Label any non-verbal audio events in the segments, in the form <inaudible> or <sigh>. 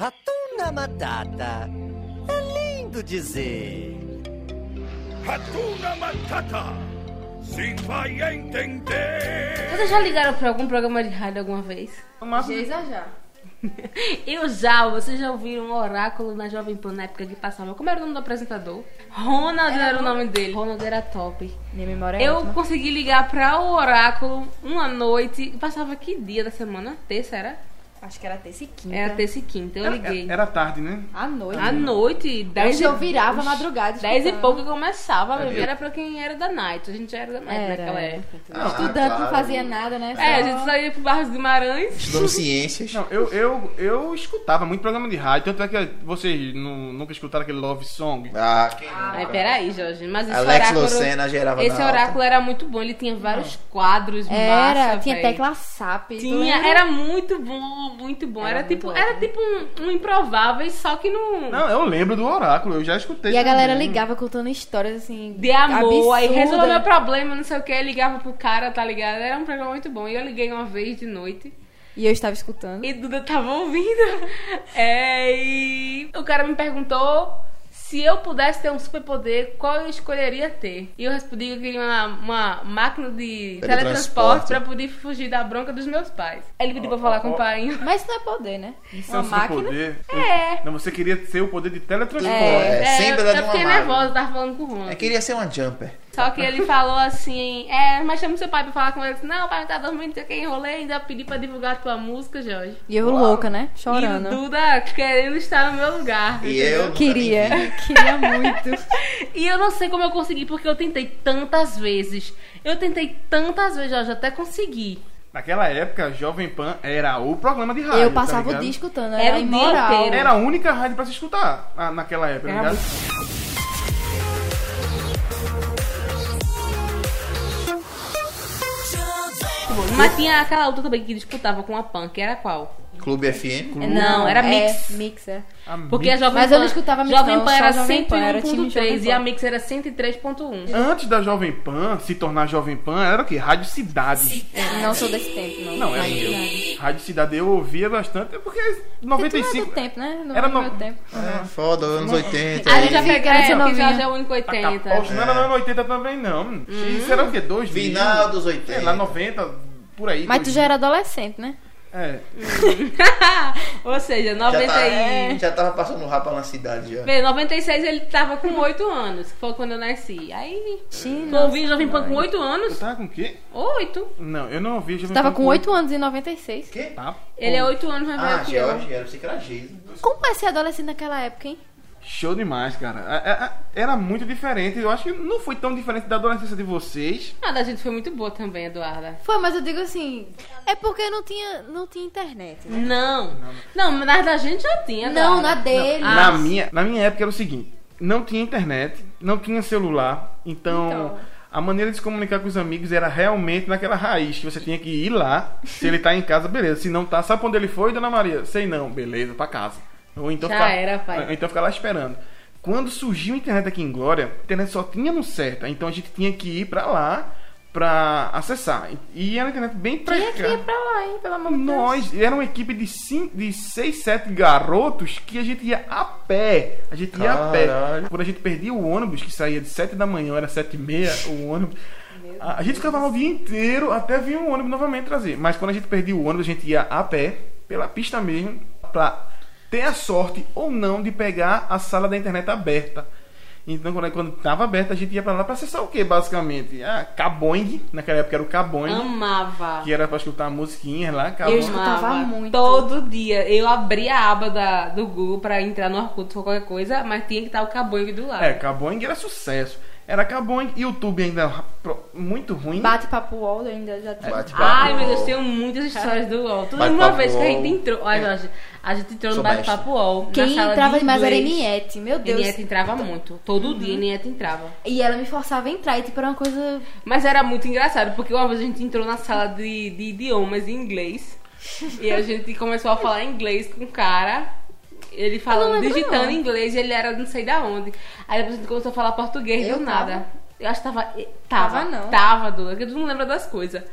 Ratuna Matata. É lindo dizer. Ratuna Matata. Sim, vai entender. Vocês já ligaram pra algum programa de rádio alguma vez? Uma já já. <laughs> Eu já, vocês já ouviram um oráculo na Jovem Pan na época que passava. Como era o nome do apresentador? Ronald era, o nome dele. Ronald era top. Minha memória é Eu ótima. consegui ligar pra o oráculo uma noite. Passava que dia da semana? Terça era? Acho que era terça e quinta. Era terça e quinta. Eu liguei. Era tarde, né? À noite. À noite, dez Hoje eu virava a madrugada. 10 e escutando. pouco que começava, mesmo. era pra quem era da night. A gente já era da night Era. naquela época. Estudante não fazia nada, né? É, a Só- gente saía pro Barros de Guimarães. Estudando <laughs> ciências. Não, eu, eu, eu escutava muito programa de rádio. Tanto é que vocês nu- nunca escutaram aquele Love Song. Ah, quem Aí, nunca? peraí, Jorge. Mas esse Alex oráculo. Lucena gerava Esse na alta. oráculo era muito bom. Ele tinha vários quadros Era, massa, tinha véi. tecla SAP. tu Tinha, lembra? era muito bom, muito bom. Era, Era tipo, muito era ótimo. tipo um, um improvável, só que no Não, eu lembro do Oráculo, eu já escutei. E a galera também. ligava contando histórias assim. de amor, aí absurdas. resolveu meu problema, não sei o que, ligava pro cara, tá ligado? Era um programa muito bom. E eu liguei uma vez de noite. E eu estava escutando. E Duda tava ouvindo. É, e o cara me perguntou se eu pudesse ter um superpoder, qual eu escolheria ter? E eu respondi que eu queria uma, uma máquina de teletransporte Teletransporte. pra poder fugir da bronca dos meus pais. Aí ele pediu pra eu falar com o pai. Mas isso não é poder, né? Isso é Uma um máquina. superpoder. É. Não, você queria ter o poder de teletransporte. É. É, sempre eu, era de eu uma fiquei máquina. É nervosa, tava falando com o Juan. Eu queria ser uma jumper. Só que ele falou assim, é, mas chama seu pai pra falar com ele. Eu disse, Não, pai, tá dormindo, não sei o que, enrolei, ainda pedi pra divulgar a tua música, Jorge. E eu louca, né? Chorando. E o Duda querendo estar no meu lugar. E eu tá nunca Queria. nem vi. Queria muito. E eu não sei como eu consegui, porque eu tentei tantas vezes. Eu tentei tantas vezes, Jorge, até consegui. Naquela época, Jovem Pan era o programa de rádio. Eu tá passava o ligado? dia escutando. Era Era, o dia imoral. inteiro. Era a única rádio pra se escutar ah, naquela época, É. Era ligado? Mas tinha aquela outra também que disputava com a Pan, que era qual? Clube FM. É, Não, era Mix. É, mix, é. A Porque a Mix- Jovem Mas Pan, eu não escutava Mix, Jovem não, Pan só era Jovem Pan, era time 101.3 e Jovem um. a Pan. É. Mix era 103.1. Antes da Jovem Pan se tornar Jovem Pan, era o quê? Rádio Cidade. Não sou desse tempo, não. né? Não, era Mas- eu. Rádio Cidade eu ouvia bastante, porque Tu não é 95... do tempo, né? Não era Era do no- meu tempo. É, foda, anos 80. A aí. gente já Fica pegou, nessa é, porque novinha. Jorge é o único 80. Poxa, não era no ano 80 também, não. Hum. Hum. Isso era o quê? 2000? Final dos 80. Sei lá, 90, por aí. Mas tu já era adolescente, né? É. <laughs> Ou seja, já, 90 tava, e... já tava passando rapa na cidade já. Vê, 96 ele tava com 8 anos, que foi quando eu nasci. Aí, Sim. tu ouvi Jovem Pan com 8 anos? Eu tava com o quê? 8? Não, eu não ouvi Jovem Tu tava Pan com 8 anos em 96. Quê? Tá. Ele é 8 anos mais velho Ah, que eu. George, era psicragismo. Como vai ser adolescente naquela época, hein? Show demais, cara. É, é, é, Era muito diferente. Eu acho que não foi tão diferente da adolescência de vocês. Ah, da gente foi muito boa também, Eduarda. Foi, mas eu digo assim, é porque não tinha, não tinha internet. né? Não. Não, mas na da gente já tinha. Não, Eduarda. na dele. Ah, na, minha, na minha época era o seguinte: não tinha internet, não tinha celular. Então, a maneira de se comunicar com os amigos era realmente naquela raiz que você tinha que ir lá. Se ele tá em casa, beleza. Se não tá, sabe pra onde ele foi, dona Maria? Sei não, beleza, pra casa. Ou então Já ficar, era, pai. ou então ficar lá esperando. Quando surgiu a internet aqui em Glória, a internet só tinha no certa, então a gente tinha que ir pra lá pra acessar. E era uma internet bem Tinha que precária. ir pra lá, hein? Pelo amor de Deus. Nós era uma equipe de, cinco, de seis, sete garotos que a gente ia a pé. A gente ia a pé. Caralho. Quando a gente perdia o ônibus, que saía de sete da manhã, era sete e meia o ônibus. A a gente ficava lá o dia inteiro até vir o ônibus novamente trazer. Mas quando a gente perdia o ônibus, a gente ia a pé, pela pista mesmo, pra ter a sorte ou não de pegar a sala da internet aberta. Então, quando, quando tava aberta, a gente ia pra lá pra acessar o que, basicamente? Ah, Caboing, naquela época era o Caboing. Amava. Que era pra escutar musiquinhas lá, Eu acabou. escutava escutava muito. Todo dia. Eu abria a aba da, do Google pra entrar no Orkut ou qualquer coisa, mas tinha que estar o Caboing do lado. É, Caboing era sucesso. Era Caboing, YouTube ainda ra- pro- muito ruim. Bate-papo Wall ainda já tinha. Bate É. Ai, meu Deus, um tenho muitas histórias do UOL. Toda Bate-papo uma vez que a UOL. gente entrou. Olha, Jorge, a gente entrou no Sou mestre. bate-papo UOL. na Quem sala de entrava demais era inglês. Niette, meu Deus. Uhum. Nieta entrava muito. Todo dia Nieta entrava. E ela me forçava a entrar, e tipo, era uma coisa. Mas era muito engraçado, porque uma vez a gente entrou na sala de, de idiomas em inglês. E a gente começou a falar inglês com o cara. Ele falando, lembro, digitando não. inglês, e ele era não sei da onde. Aí depois a gente começou a falar português Eu do tava. nada. Eu acho que tava. Tava, Tava não. Tava, Duda, que tu não lembra das coisas.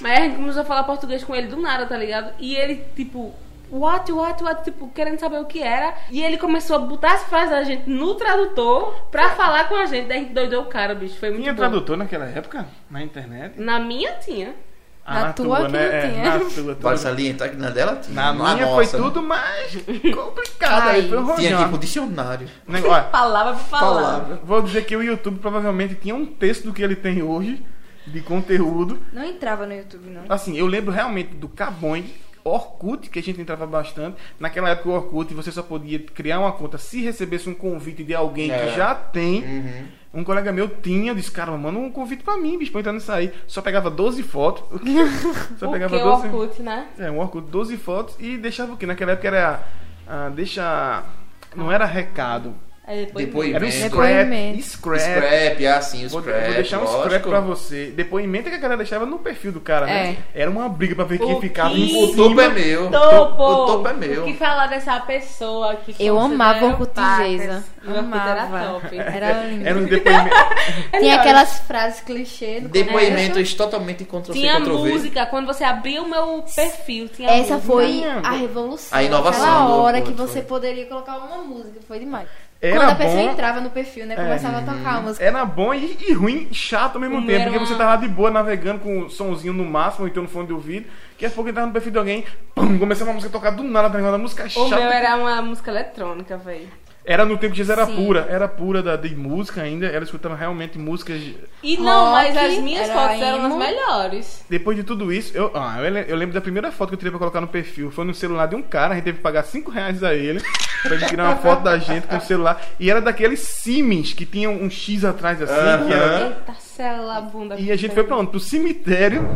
Mas a gente começou a falar português com ele do nada, tá ligado? E ele, tipo, what, what, what, tipo, querendo saber o que era. E ele começou a botar as frases da gente no tradutor pra falar com a gente. Daí a gente doidou o cara, bicho. Foi muito Tinha bom. tradutor naquela época? Na internet? Na minha tinha. Ah, Na tua que não É, tinha. na tua. Vale tua. salientar que na dela tinha. Na minha nossa, foi né? tudo mais complicado. aí foi um Tinha rojão. tipo dicionário. Nego- ó, Palavra por palavra. Palavra. Vou dizer que o YouTube provavelmente tinha um terço do que ele tem hoje de conteúdo. Não entrava no YouTube, não. Assim, eu lembro realmente do Cabong, Orkut, que a gente entrava bastante. Naquela época o Orkut você só podia criar uma conta se recebesse um convite de alguém É. que já tem. Uhum. Um colega meu tinha, eu disse, cara, manda um convite pra mim, bicho, pra eu entrar nisso aí. Só pegava 12 fotos. <laughs> só O pegava que? O 12 Orkut, né? É, um Orkut, 12 fotos e deixava o quê? Naquela época era. ah, deixa. Não era recado. Aí depois... Depois- Era um Depoimento. scrap. Depoimento. Scrap. Scrap, ah, sim, o Vou, scrap. vou deixar um scrap lógico. pra você. Depoimento é que a galera deixava no perfil do cara, né? Era uma briga pra ver quem É. O ficava que- em O topo cima. é meu. Topo! O topo é meu. O que falar dessa pessoa que Eu considera amava Orkut pacas. Geisa. E o Orkut era Amava. top. Era É lindo. Era um depoimento. Tem Melhor. aquelas frases clichê. do Depoimentos totalmente contra Tinha contra música, quando você abria o meu perfil, tinha Essa música. foi Não. a revolução. A inovação Aquela do hora que Orkut, você né? poderia colocar uma música. Foi demais. Era Quando a pessoa bom. É. Uhum. entrava no perfil, né? Começava a tocar a música. Era É bom e, e ruim, chato ao mesmo Não tempo. era Porque uma- você tava de boa navegando com o somzinho no máximo, ou então no fone de ouvido. Que a pouco entrava no perfil de alguém, pum, começava uma música a tocar do nada, tá ligado? Uma música O chata. meu era uma música eletrônica, velho. Era no tempo que Jesus era Sim. pura, era pura da, de música ainda, ela escutava realmente músicas. E não, Rock, mas as minhas era fotos eram as emo. melhores. Depois de tudo isso, eu, ah, eu, le- eu lembro da primeira foto que eu tirei pra colocar no perfil. Foi no celular de um cara, a gente teve que pagar 5 reais a ele <laughs> pra ele tirar uma foto da gente com o celular. E era daqueles Siemens que tinha um X atrás assim. que era- Aham. Eita, sela a bunda. e a gente foi pra onde? Pro cemitério.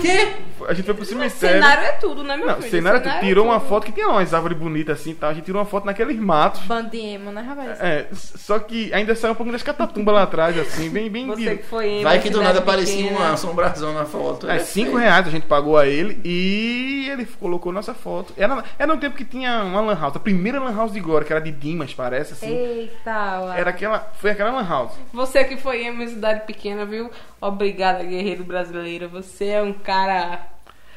Quê? A gente foi pro cemitério. Cenário é tudo, né, meu Não, filho? cenário, tu tirou é uma tudo. foto que tinha umas árvores bonitas assim e tal. A gente tirou uma foto naqueles matos. Band de emo, né, rapaz? É, s- só que ainda saiu um pouco das catatumbas lá atrás, assim, bem, bem. Você que foi emo, Vai que do cidade nada aparecia pequena. uma assombração na foto. É, Era 5 feio. reais a gente pagou a ele e ele colocou nossa foto. Era, era um tempo que tinha uma lan house, a primeira lan house de Gore, que era de Dimas, parece, assim. Eita, uai. Era aquela, foi aquela lan house. Você que foi emo em cidade pequena, viu? Obrigada, guerreiro brasileiro. Você é um cara.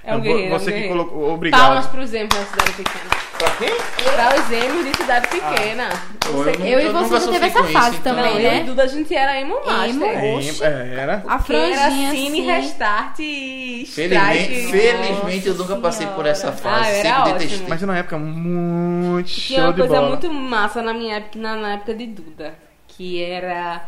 É um Vo- guerreiro. é um você que guerreiro. colocou, obrigado. Palmas pros emos da cidade pequena. Pra quem? Pra os emos de cidade pequena. Ah. Eu, e você nunca não sofri teve essa com fase então. também, Não, né? eu e Duda, a gente era emo master. Emo. É, Oxe. era. A Que era franjinha, cine, assim. restart e Felizmente, strike. felizmente eu nunca passei por essa fase. Ah, era Sempre ótimo. detestei. Mas era uma época muito Tinha show é uma de coisa bola. muito massa na minha época, na, na época de Duda, que era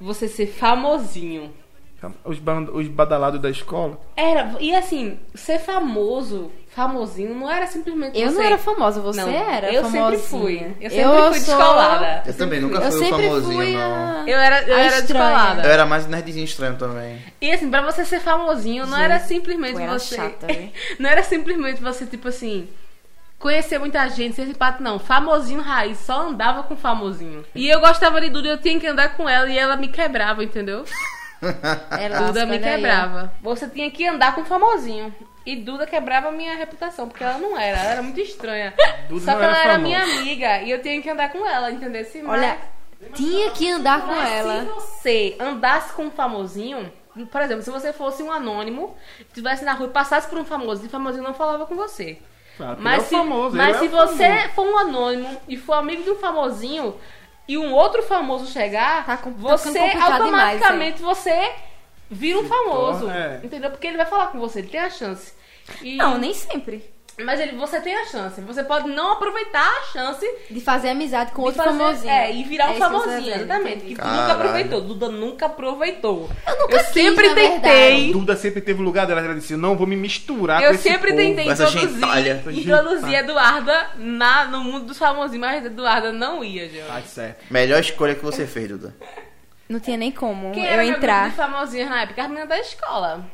você ser famosinho. Então, Os, ban- os badalados da escola. Era, e assim, ser famoso, famosinho, não era simplesmente Eu você... não era famosa, você Não, era Eu famosinha. sempre fui. Eu sempre Eu fui sou- descolada. Eu também nunca Eu fui o sempre famosinho, fui não. a... <laughs> Eu era, eu A era estranha. descolada. É. Eu era mais nerdzinho estranho também. E assim, pra você ser famosinho, não era simplesmente eu era você. chata, viu? <laughs> não era simplesmente você, tipo assim, conhecer muita gente, ser simpático, não. Famosinho raiz, só andava com famosinho. E eu gostava de Duda, eu tinha que andar com ela e ela me quebrava, entendeu? Era Duda lasca, me olha aí, ó. quebrava. Você tinha que andar com famosinho. E Duda quebrava a minha reputação, porque ela não era, ela era muito estranha. Duda Só não que ela era era famosa. minha amiga e eu tinha que andar com ela, entendeu? Se Olha, tinha que andar com mas Se ela. você andasse com um famosinho, por exemplo, se você fosse um anônimo, estivesse na rua e passasse por um famoso, e o famosinho não falava com você. Claro, ele mas é o se, famoso, mas ele se é o você famoso. for um anônimo e for amigo de um famosinho e um outro famoso chegar, Tá com- tá você ficando complicado demais isso aí. automaticamente você vira um famoso. torna, é. Entendeu? Porque ele vai falar com você, ele tem a chance. E- Não, nem sempre. Mas ele, você tem a chance. Você pode não aproveitar a chance De fazer amizade com de outro fazer- famosinho. É, e virar um É isso que você famosinho, tá vendo, exatamente. Que entendi. tu nunca Caralho. aproveitou. Duda nunca aproveitou. Eu nunca quis, Assim, sempre na tentei. Duda sempre teve o lugar dela, ela disse, eu não vou me misturar com Eu esse sempre povo. tentei essa gentalha, essa introduzir, introduzir gentalha. Eduarda na, no mundo dos famosinhos, mas Eduarda não ia, gente. Tá certo. Melhor escolha que você fez, Duda. Não tinha nem como Quem eu era meu entrar. grupo de famosinhos na época? As meninas da escola.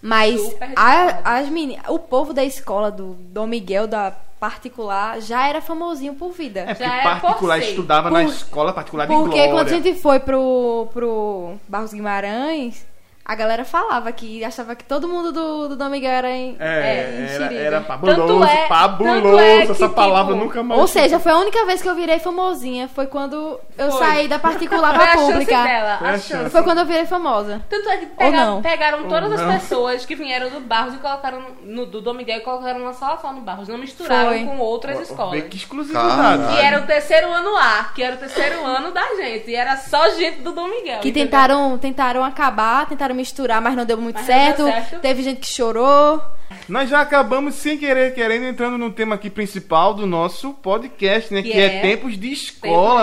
Mas Super a- as meninas, o povo da escola do Dom Miguel, da particular, já era famosinho por vida. É, porque Já é particular por ser. estudava na Por- escola particular de Porque Glória. quando a gente foi pro, pro Barros Guimarães, A galera falava que achava que todo mundo do, do Dom Miguel era em. É, era, enxerido. era fabuloso, Tanto é- fabuloso. tanto é que, essa palavra tipo, nunca mais. Ou seja, foi a única vez que eu virei famosinha. Foi quando eu Foi. saí da particular Foi a pra chance pública. dela. Foi a A chance. chance. Foi quando eu virei famosa. Tanto é que pega- não. pegaram todas Ou as não. pessoas que vieram do Barros e colocaram no, do Dom Miguel e colocaram numa sala só no Barros. Não misturaram Foi. com outras escolas. Vê que exclusividade. Que era o terceiro ano A, que era o terceiro ano da gente. E era só gente do Dom Miguel. Que entendeu? tentaram, tentaram acabar, tentaram misturar, mas não deu muito Mas não certo. deu certo. Teve gente que chorou. Nós já acabamos sem querer, querendo, entrando no tema aqui principal do nosso podcast, né? Que, Que é, é tempos de escola,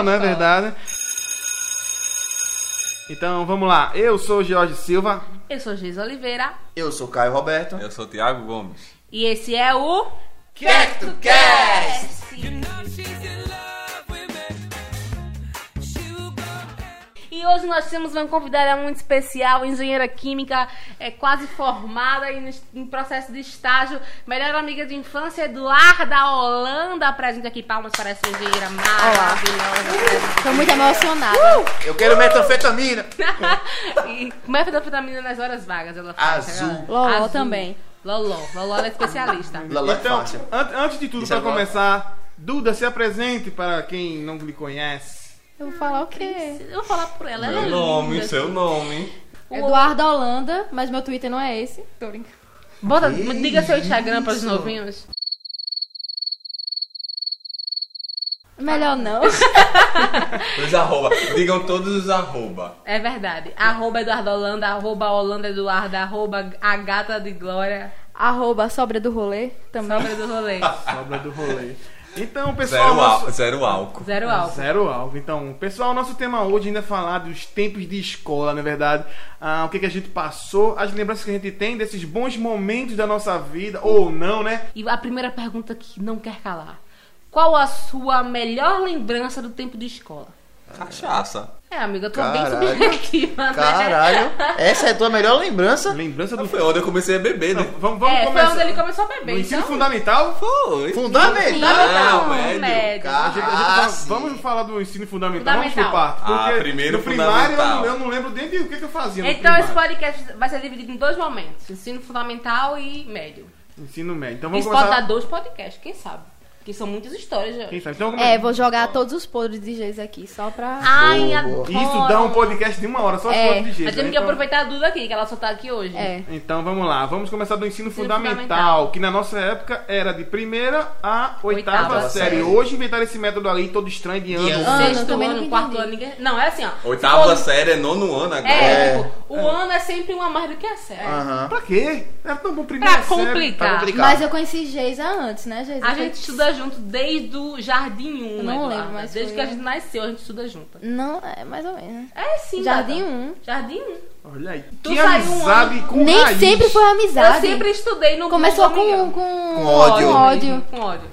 Tempos de não é escola. verdade? Então vamos lá. Eu sou o Jorge Silva. Eu sou Giz Oliveira Eu sou Caio Roberto. Eu sou o Thiago Gomes. e esse é o. CactoCast! E hoje nós temos uma convidada muito especial, engenheira química, é quase formada e no- em processo de estágio, melhor amiga de infância, Eduarda Holanda, apresenta aqui palmas para essa engenheira maravilhosa. Tô muito emocionada. Uh! Eu quero metanfetamina. e mefetamina nas horas vagas, ela faz. Azul. Loló Azul. também. Loló, Loló ela é especialista. Lala é então, fácil. an- antes de tudo, Isso para agora. começar, Duda, se apresente para quem não lhe conhece. Eu vou falar o quê? Eu vou falar por ela, ela é Meu nome, linda. seu nome. Eduardo Holanda, mas meu Twitter não é esse. Tô brincando. Bota, diga seu Instagram para os novinhos. Melhor <laughs> não. Os arroba. Digam todos os arroba. É verdade. Arroba Eduardo Holanda, arroba Holanda Eduarda, arroba a gata de glória, Arroba sobra do rolê também. sobra do rolê. Sobra do rolê. Então, pessoal. Zero, nosso- al zero álcool. Zero Tá álcool. Zero alvo. Então, pessoal, nosso tema hoje ainda é falar dos tempos de escola, na verdade. Ah, o que, que a gente passou, as lembranças que a gente tem desses bons momentos da nossa vida, ou não, né? E a primeira pergunta que não quer calar. Qual a sua melhor lembrança do tempo de escola? Cachaça. É, amiga, eu tô Caralho. bem subjetiva, né? Caralho. Essa é a tua melhor lembrança? Lembrança do. Ah, Foi onde eu comecei a beber, né? Não, vamos vamos É, foi começar. onde ele começou a beber. No ensino então, fundamental? Foi. Fundamental. fundamental, médio. médio. A gente- a gente Ah, vai- sim. vamos falar do ensino fundamental, Fundamental. vamos por parte. Ah, Porque primeiro no primário eu não, fundamental. eu não lembro nem de o que, que eu fazia. no Então esse primário. podcast vai ser dividido em dois momentos: ensino fundamental e médio. Ensino médio. Então vamos Isso pode dar começar. dois podcasts, quem sabe? Porque são muitas histórias, já. Quem sabe? Então, vamos- É, vou jogar todos os podres de Geis aqui, só pra. Ai, Boa, adoro. Isso dá um podcast de uma hora, só É, foto de jeito. Nós temos que então... aproveitar a Duda aqui, que ela só tá aqui hoje. É. Então vamos lá, vamos começar do ensino, Ensino fundamental, fundamental. que na nossa época era de primeira a oitava, Oitava série. série. Hoje inventaram esse método ali todo estranho de ano. ano. Ah, não, Sexto também ano, não quarto entendi. ano, ninguém. Não, é assim, ó. Oitava Se for- série é nono ano agora. É, tipo, o ano é sempre uma mais do que a série. Ah. Aham. Pra quê? Era tão bom primeiro. Pra complicar. Mas eu conheci Geisa antes, né, Geisa? A gente estuda junto desde o Jardim 1, Eu não Eduarda. lembro, é. mas Desde foi- que a gente nasceu, a gente estuda junto. Não, é mais ou menos. né? É sim, Jardim Duda. 1. Jardim 1. Olha aí. Tu que saiu um amizade ano- com Nem raiz. sempre foi amizade. Eu sempre estudei no Começou no com, um. Miguel. com... Com ódio. Com ódio. Com <laughs> ódio.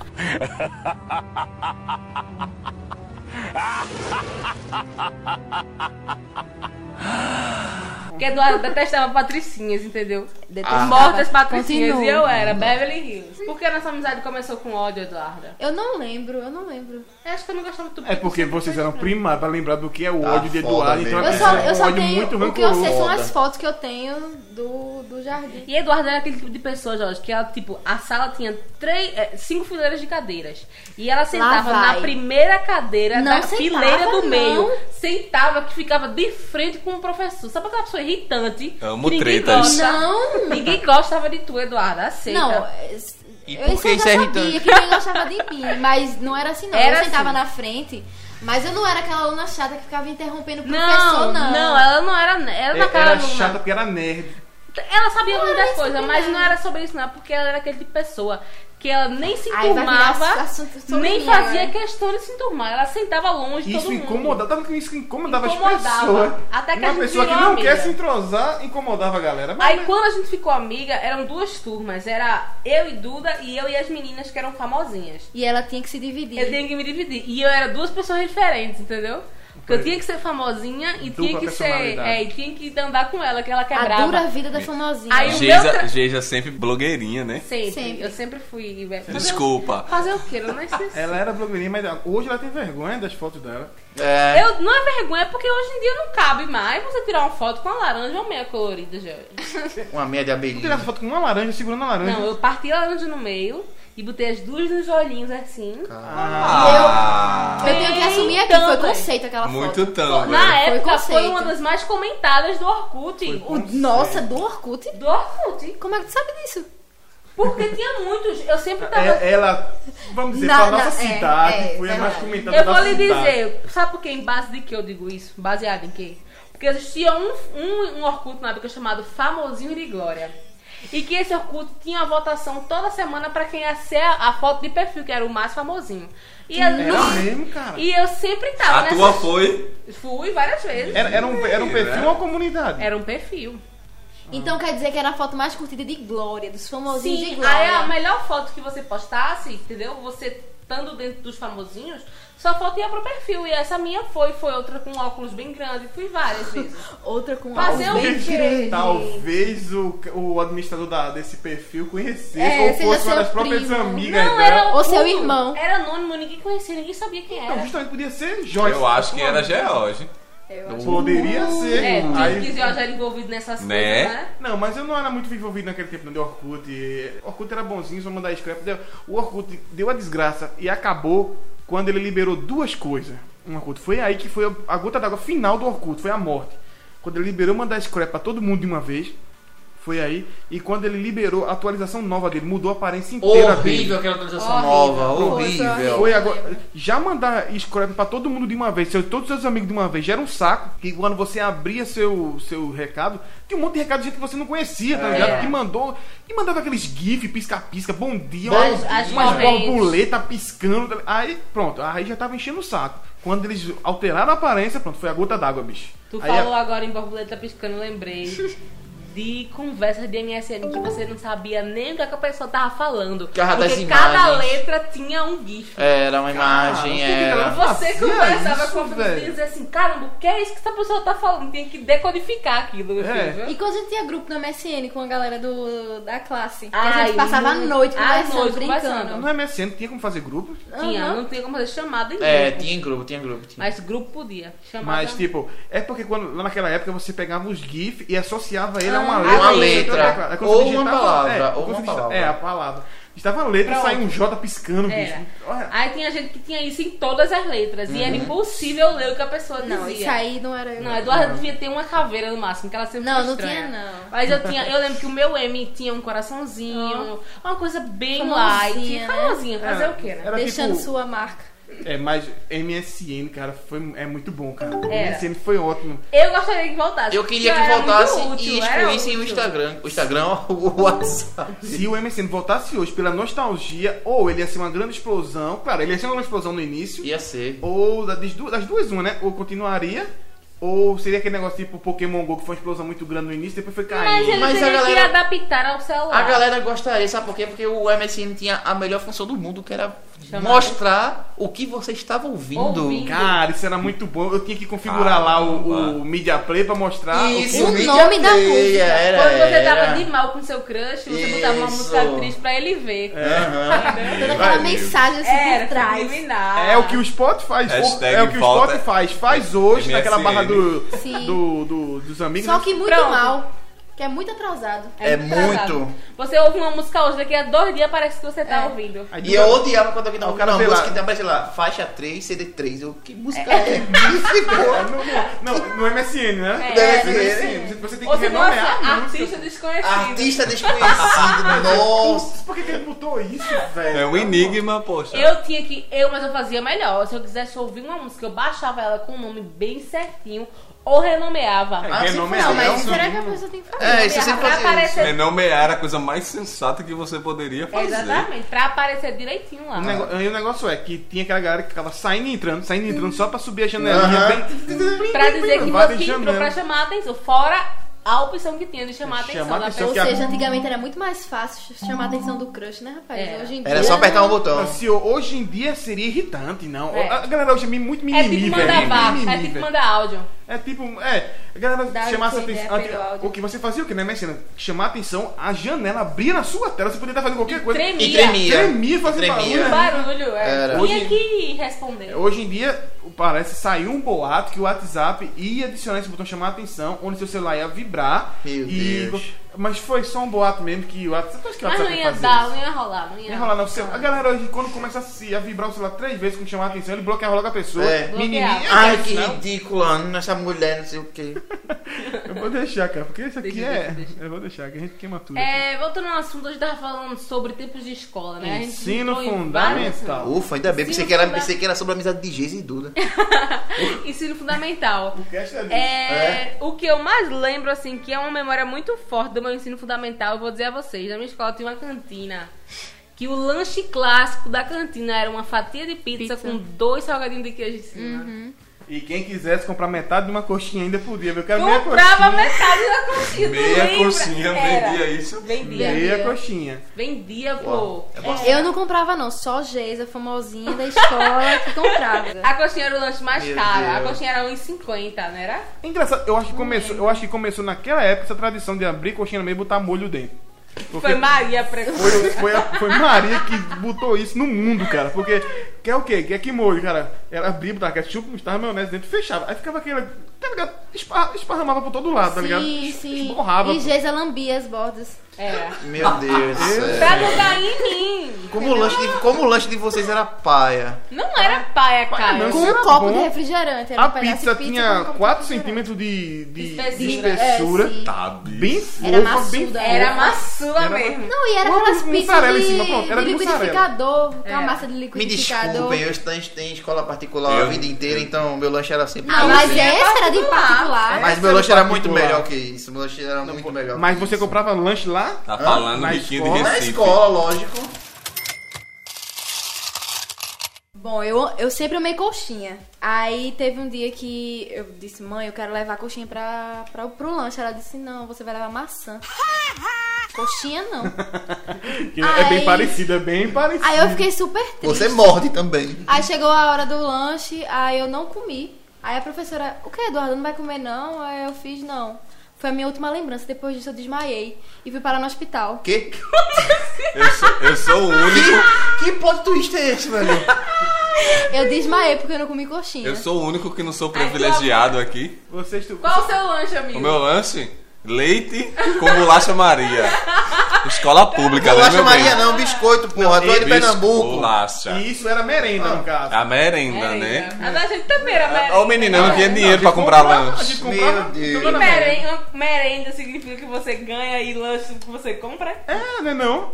Porque Eduardo detestava patricinhas, entendeu? Ah. Detestava. Mortas patricinhas. Continua. E eu era Beverly Hills. Por que a nossa amizade começou com ódio, Eduarda? Eu não lembro, eu não lembro. Eu acho que eu não gostava muito É porque vocês eram primários, pra lembrar do que é o Tá ódio de foda, Eduardo. velho. Então Eu é só, um eu só ódio tenho. muito o que eu sei rancoroso. são Foda. as fotos que eu tenho do, do jardim. E Eduardo era aquele tipo de pessoa, Jorge, que ela, tipo, a sala tinha três, eh, cinco fileiras de cadeiras. E ela sentava vai. na primeira cadeira Não da sentava, fileira do não. meio. Sentava, que ficava de frente com o professor. Sabe aquela pessoa irritante? Amo que ninguém tretas. gosta? Não. Ninguém gostava de tu, Eduardo. Aceita. Não, es- E eu por isso que eu isso já é sabia irritante? que ninguém gostava de mim, mas não era assim não. Era eu sentava assim. na frente, mas eu não era aquela aluna chata que ficava interrompendo o não, professor, não. não, ela não era. É, Era na cara É, Era aluna. chata porque era nerd. Ela sabia Não muitas era isso coisas, também, mas não. não era sobre isso, não. Porque ela era aquele tipo de pessoa que ela nem se Aí vai virar enturmava, assunto sobre nem mim fazia agora. questão de se enturmar. Ela sentava longe de Isso todo mundo. incomodava, tava que isso incomodava, as Incomodava. pessoas. Até que a Uma gente pessoa que virou não amiga. quer se entrosar incomodava a galera. Mas- Aí quando a gente ficou amiga, eram duas turmas. Era eu e Duda e eu e as meninas que eram famosinhas. E ela tinha que se dividir. Eu tinha que me dividir. E eu era duas pessoas diferentes, entendeu? Porque eu tinha que ser famosinha e Dupla tinha que ser. personalidade. É, e tinha que andar com ela, que ela A quebrava. dura vida da famosinha. Aí o meu. Geisa, tra- Geisa sempre blogueirinha, né? Sempre. Sempre. Eu sempre fui. velho. Fazer- Desculpa. Fazer o quê? Eu não é esqueci. Ela era blogueirinha, mas hoje ela tem vergonha das fotos dela. É. Eu, não é vergonha, porque hoje em dia não cabe mais você tirar uma foto com uma laranja ou meia colorida, Jorge. Uma meia de Eu tirei abelhinha. Hum. essa foto com uma laranja, segurando a laranja. Não, eu parti a laranja no meio e botei as duas nos olhinhos assim. Ah, Eu tenho que assumir aqui, Então, foi velho. conceito aquela muito foto. tão. Na velho. época foi conceito. uma das mais comentadas do Orkut. O- Nossa, do Orkut? Do Orkut. Como é que tu sabe disso? Porque tinha muitos. Eu sempre tava. É, ela, vamos dizer, Na- pra nossa na- é, cidade, é, foi a mais verdade. comentada Eu da vou lhe cidade. dizer, sabe por que em base de que eu digo isso? Baseado em quê? Porque existia um, um, um Orkut na época chamado Famosinho de Glória. E que esse Orkut tinha a votação toda semana pra quem ia ser a, a foto de perfil, que era o mais famosinho. E, eu, Era mesmo, cara. e eu sempre tava A tua nessa- foi. Fui várias vezes. Era, era um, era um é. perfil ou uma comunidade? Era um perfil. Então quer dizer que era a foto mais curtida de Glória, dos famosinhos de Sim, Glória. aí a melhor foto que você postasse, entendeu? Você estando dentro dos famosinhos, sua foto ia pro perfil. E essa minha foi, foi outra com óculos bem grande. Fui várias vezes. Outra com Fazer algo bem um grande. Tá Talvez o, o administrador da- desse perfil conhecesse É, ou seja fosse uma seu das próprias primo. amigas Não, dela. era Ou seu oculto. irmão. Era anônimo, ninguém conhecia, ninguém sabia quem <laughs> Não, era. justamente podia ser Joyce. Eu acho que era George. Poderia ser. É, Aí- tem que já era envolvido nessas Né? coisas, né? Não, mas eu não era muito envolvido naquele tempo não, de Orkut. E- Orkut era bonzinho, só mandar scrap. Deu- O Orkut deu a desgraça e acabou quando ele liberou duas coisas. Um Orkut. Foi aí que foi a- a gota d'água final do Orkut, foi a morte. Quando ele liberou mandar scrap pra todo mundo de uma vez, foi aí. E quando ele liberou a atualização nova dele, mudou a aparência inteira dele. Horrível aquela atualização Horrível. nova. Horrível. Horrível. Foi agora. Já mandar scrap pra todo mundo de uma vez, seu, todos os seus amigos de uma vez, já era um saco. Que quando você abria seu, seu recado, tinha um monte de recado de gente que você não conhecia, tá ligado? Que mandou. E mandava aqueles GIF, pisca-pisca, bom dia, Mas ó, as umas correntes. borboleta piscando. tá- Aí, pronto, aí já tava enchendo o saco. Quando eles alteraram a aparência, pronto, foi a gota d'água, bicho. Tu Aí, falou agora em borboleta tá piscando, eu lembrei de conversas de MSN que você não sabia nem o que, é que a pessoa tava falando. Que era das porque cada imagens. letra tinha um GIF. Então, Era uma Cara, imagem, por que que ela era. Você É, fazia conversava isso, com a pessoa e velho? dizia assim, caramba, o que é isso que essa pessoa tá falando? Tinha que decodificar aquilo. É. viu? E quando a gente tinha grupo no MSN com a galera do, da classe, que a Ai, gente passava a muito. noite A conversando, noite brincando. conversando. No MSN tinha como fazer grupo, Tinha, Aham. não tinha como fazer chamada em É, grupo. tinha em grupo, tinha em grupo. Tinha. Mas grupo podia. Chamada mas tipo, é porque quando, lá naquela época você pegava os GIF e associava ele a uma Ah, letra. uma Aí, letra. outra tecla. Aí, quando Ou você uma digitava- palavra, é, ou quando uma você digita- palavra. É, a palavra. Estava a letra e Pronto. saiu um J piscando, Era. bicho. Olha, Aí tinha gente que tinha isso em todas as letras. E era impossível ler o que a pessoa dizia. Não, isso aí não era eu. Não, Eduardo devia ter uma caveira no máximo, que ela sempre Não, foi não estranha. tinha, não. Mas eu tinha, eu lembro que o meu M tinha um coraçãozinho, uma coisa bem Famosinha, light. né? Famosinha, fazer o quê, né? Era Deixando tipo- sua marca. É, mas MSN, cara, foi, é muito bom, cara. Era. MSN foi ótimo. Eu gostaria que voltasse. Eu queria porque que era muito voltasse útil, e era excluíssem o útil. Instagram. O Instagram, <laughs> ó, o WhatsApp. Se o MSN voltasse hoje pela nostalgia, ou ele ia ser uma grande explosão, claro, ele ia ser uma grande explosão no início, Ia ser. ou da- das duas, das duas, uma, né? Ou continuaria, ou seria aquele negócio tipo Pokémon GO, que foi uma explosão muito grande no início, depois foi Mas caindo. ele Mas a teria que galera- adaptar ao celular. A galera gostaria, sabe por quê? Porque o MSN tinha a melhor função do mundo, que era Chamar. mostrar o que você estava ouvindo. Ouvindo. Cara, isso era muito bom. Eu tinha que configurar lá o, o Media Play pra mostrar Isso, o que... nome mídia da play, música. Era, Quando você era. tava de mal com seu crush, você botava uma Isso. música triste pra ele ver. É. Toda aquela mensagem É. assim Era, por trás. subliminar. É o que o Spot faz. Hashtag É o que o volta Spot faz. Faz hoje, MSN. naquela barra do, Sim. do- do- dos amigos. Só né? que muito Pronto. mal. Que é muito atrasado. É atrasado. muito. Você ouve uma música hoje, daqui a dois dias parece que você tá É. ouvindo. Aí E eu odiava quando alguém Ah, tava o cara uma veio lá. música que tava, sei lá, faixa 3, CD3. Eu, que música é? Que É, porra? no, no, no MSN, né? É, No é. MSN. Você tem que Ou se não, renomear a artista música. desconhecido. Artista desconhecido, <laughs> nossa. Por que, que ele botou isso, É velho? um enigma, poxa. Eu tinha que. Eu, mas eu fazia melhor. Se eu quisesse ouvir uma música, eu baixava ela com o nome bem certinho ou renomeava. É, renomear Não, é um mas será que a sinônimo. pessoa tem que fazer? É, isso eu sempre pra fazia isso. aparecer. É nomear a coisa mais sensata que você poderia fazer. Exatamente, pra aparecer direitinho lá. O nego- e o negócio é que tinha aquela galera que ficava saindo e entrando, saindo e entrando só pra subir a janelinha. bem- Pra dizer que Várias você entrou janelas. pra chamar a atenção. Fora a opção que tinha de chamar a atenção Chamar da atenção pessoa. que Ou É a- seja, antigamente era muito mais fácil ch- chamar a atenção do crush, né, rapaz? É. Hoje em dia. Era só apertar um Não, botão. se eu- Assim, hoje em dia seria irritante, não. Então, É. A galera hoje é muito É mimimi, tipo velho. mandar bar, Mimimi, é tipo velho. mandar áudio. É tipo, é, a galera Dá chamasse o que atenção. der pelo áudio. o que você fazia, o que, né, Messina? Chamar atenção, a janela abria na sua tela, você podia estar fazendo qualquer coisa. Tremia. E tremia. Tremia, fazia Tremia. barulho. Barulho, é. Era. Tinha Hoje- que responder. Hoje em dia, parece, saiu um boato que o WhatsApp ia adicionar esse botão chamar atenção, onde seu celular ia vibrar. Meu e- Deus. Mas foi só um boato mesmo que o WhatsApp. Acho que o Mas não WhatsApp ia fazer dar, isso. não ia rolar, não ia Ia rolar não. Você- A galera hoje, quando começa a, se- a vibrar o celular três vezes quando chamar a atenção, ele bloqueava logo a pessoa. É. Mimimi. Bloqueava. eu Ai, quero que isso, não. ridícula. Essa mulher, não sei o quê. Eu vou deixar, cara, porque isso aqui Deixa, é. deixa, deixa. Eu vou deixar, que a gente queima tudo. aqui. É, voltando ao assunto, hoje eu tava falando sobre tempos de escola, né? A gente Ensino entrou em fundamental. Ufa, ainda bem. Pensei Sim, que, era, não dá. pensei que era sobre a amizade de Geis e <laughs> Duda. vários- <laughs> Ensino fundamental. O cast é disso. É, O que eu mais lembro, assim, que é uma memória muito forte do meu ensino fundamental, eu vou dizer a vocês. Na minha escola tinha uma cantina. Que o lanche clássico da cantina era uma fatia de pizza, com dois salgadinhos de queijo em cima. E quem quisesse comprar metade de uma coxinha ainda podia, viu? Eu quero meia Comprava coxinha. metade da coxinha. tu Meia lembra? coxinha, Era. vendia isso. Vendia. Meia coxinha. Vendia, pô. É, Eu não comprava, não. Só Geisa, famosinha da escola, que <laughs> comprava. Ah, A coxinha era o lanche mais Meu caro. A Deus. coxinha era 1,50, não era? É Engraçado, eu acho que começou, eu acho que começou naquela época essa tradição de abrir coxinha no meio e botar molho dentro. Porque Foi Maria pra Foi, foi, a- foi Maria que botou isso no mundo, cara. Porque quer o quê? Quer que molho, cara? Ela abria, botava ketchup, mostarda, maionese dentro e fechava. Aí ficava aquele. Tá ligado? Esparra- esparramava por todo lado, tá ligado? Sim, sim. Esborrava. E Geisa lambia as bordas. Era. Meu Deus do Pra céu. não cair em mim. Como o lanche de, como o lanche de vocês era paia. Não era paia, cara. não, Com Ah, Isso era um copo bom. de refrigerante. Era A um pedaço de pizza pizza com um tinha copo de 4 refrigerante. centímetros de, de, de Espessura. espessura. É, sim. Tabi. Bem Era fofa, bem maçuda, fofa. Era maçua Era mesmo. Não, e era Uma aquelas mu- pizzas mussarela em de, cima, pronto, era de de mussarela. liquidificador. É. Uma massa de Me liquidificador. desculpem, eu tenho, tenho escola particular a Eu- vida inteira, então meu lanche era sempre. Ah, mas Sim, é essa era de particular. Mas Essa meu era lanche era muito particular. melhor que isso. Meu lanche era muito melhor. Mas que você isso. comprava lanche lá? Tá falando Na biquinho de escola? Na Recife. escola, lógico. Bom, eu, eu sempre amei coxinha. Aí teve um dia que eu disse, mãe, eu quero levar coxinha pra, pra, pro lanche. Ela disse, não, você vai <laughs> levar maçã. coxinha não. Que é bem Ai. parecido, é bem parecido. Aí eu fiquei super triste. Você morde também. Aí chegou a hora do lanche, aí eu não comi. Aí a professora, o que, Eduardo, não vai comer não? Aí eu fiz, não. Foi a minha última lembrança. Depois disso eu desmaiei e fui parar no hospital. Que? Eu sou, eu sou o único. Que, que plot twist é esse, velho? Eu desmaiei porque eu não comi coxinha. Eu sou o único que não sou privilegiado aqui. Você estu... Qual o seu lanche, amigo? O meu lanche, leite com bolacha Maria. Escola pública, né, Bolacha meu Maria bem? não, biscoito, porra. Tu é de Bisco- Pernambuco. Bolacha. É E isso era merenda, Ah. no caso. A merenda, Merenda. né? A da gente tá né? também era merenda. Ô menina, não tinha dinheiro pra de comprar a lanche. gente comprava- Meu Deus. Tudo era merenda. Merenda, merenda significa que você ganha e lanche que você compra? É, né não?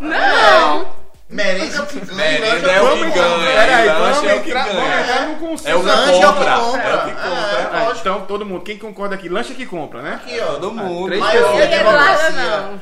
Merenda é o que Merenda é o Vamos que entrar- ganha. peraí, vamos Lanche é o que entrar- vamos ganha. entrar no consenso. É o Lanche que é o que compra. compra. É o que É. compra. Ah, então, todo mundo, quem concorda aqui, lanche é que compra, né? Aqui, ó. Todo mundo. três Maioria pessoas. é democracia. Não.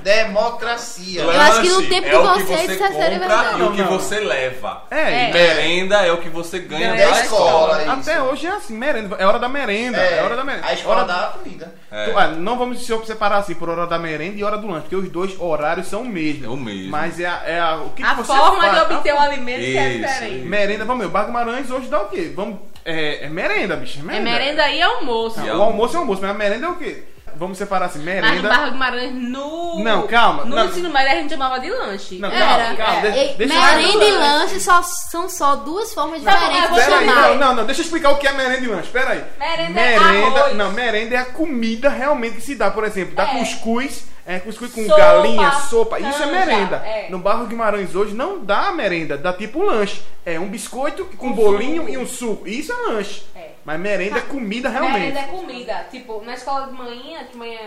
Democracia. Lanche acho que no tempo é de o que vocês, você isso é sério, compra verdade. e o que Não, não. você leva. É, É. Merenda é o que você ganha Ganha da da escola. escola. é até isso. hoje é assim, merenda. É hora da merenda. É, hora da merenda. A escola Hora- dá a comida. É. Ah, não vamos se separar assim por hora da merenda e hora do lanche, porque os dois horários são o mesmo. É o mesmo. Mas é a, é a- o que A você forma faz- de obter o alimento que é Isso. diferente. Merenda, vamos ver, o Bagmarães hoje dá o quê? Vamos, é, é merenda, bicho. É É merenda. merenda e almoço. Não, o um almoço é almoço, mas a merenda é o quê? Vamos separar assim, Mas no merenda. Barra Guimarães, no... Não, calma, No não. ensino médio a gente chamava de lanche. É. Não, Era. calma, calma. de- Ei, deixa eu- merenda e lanche só, são só duas formas Tá bom, diferentes mas de Pera aí, chamar. não, não, não, deixa eu explicar o que é merenda e lanche. Pera aí. Merenda é arroz. Não, merenda é a comida realmente que se dá, por exemplo, dá É. cuscuz, é cuscuz com Sopa, galinha, sopa, isso é canja, merenda. é. No bairro Guimarães hoje não dá merenda, dá tipo um lanche. É um biscoito com bolinho e um suco. Isso é lanche. É. Mas merenda é comida um realmente. Merenda é comida. Tipo, na escola de manhã, que manhã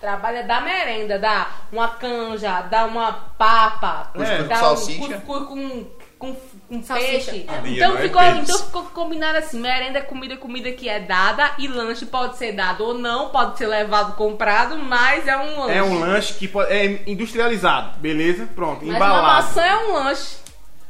trabalha, dá merenda, dá uma canja, dá uma papa, Cuscuz dá com salsicha? cuscuz com, com, com Salsicha. peixe. Sabia, Então não é ficou, peixe. então ficou combinado assim, merenda é comida, comida que é dada e lanche pode ser dado ou não, pode ser levado, comprado, mas é um lanche. É um lanche que pode, é industrializado, beleza? Pronto, Mas uma embalado. maçã é um lanche.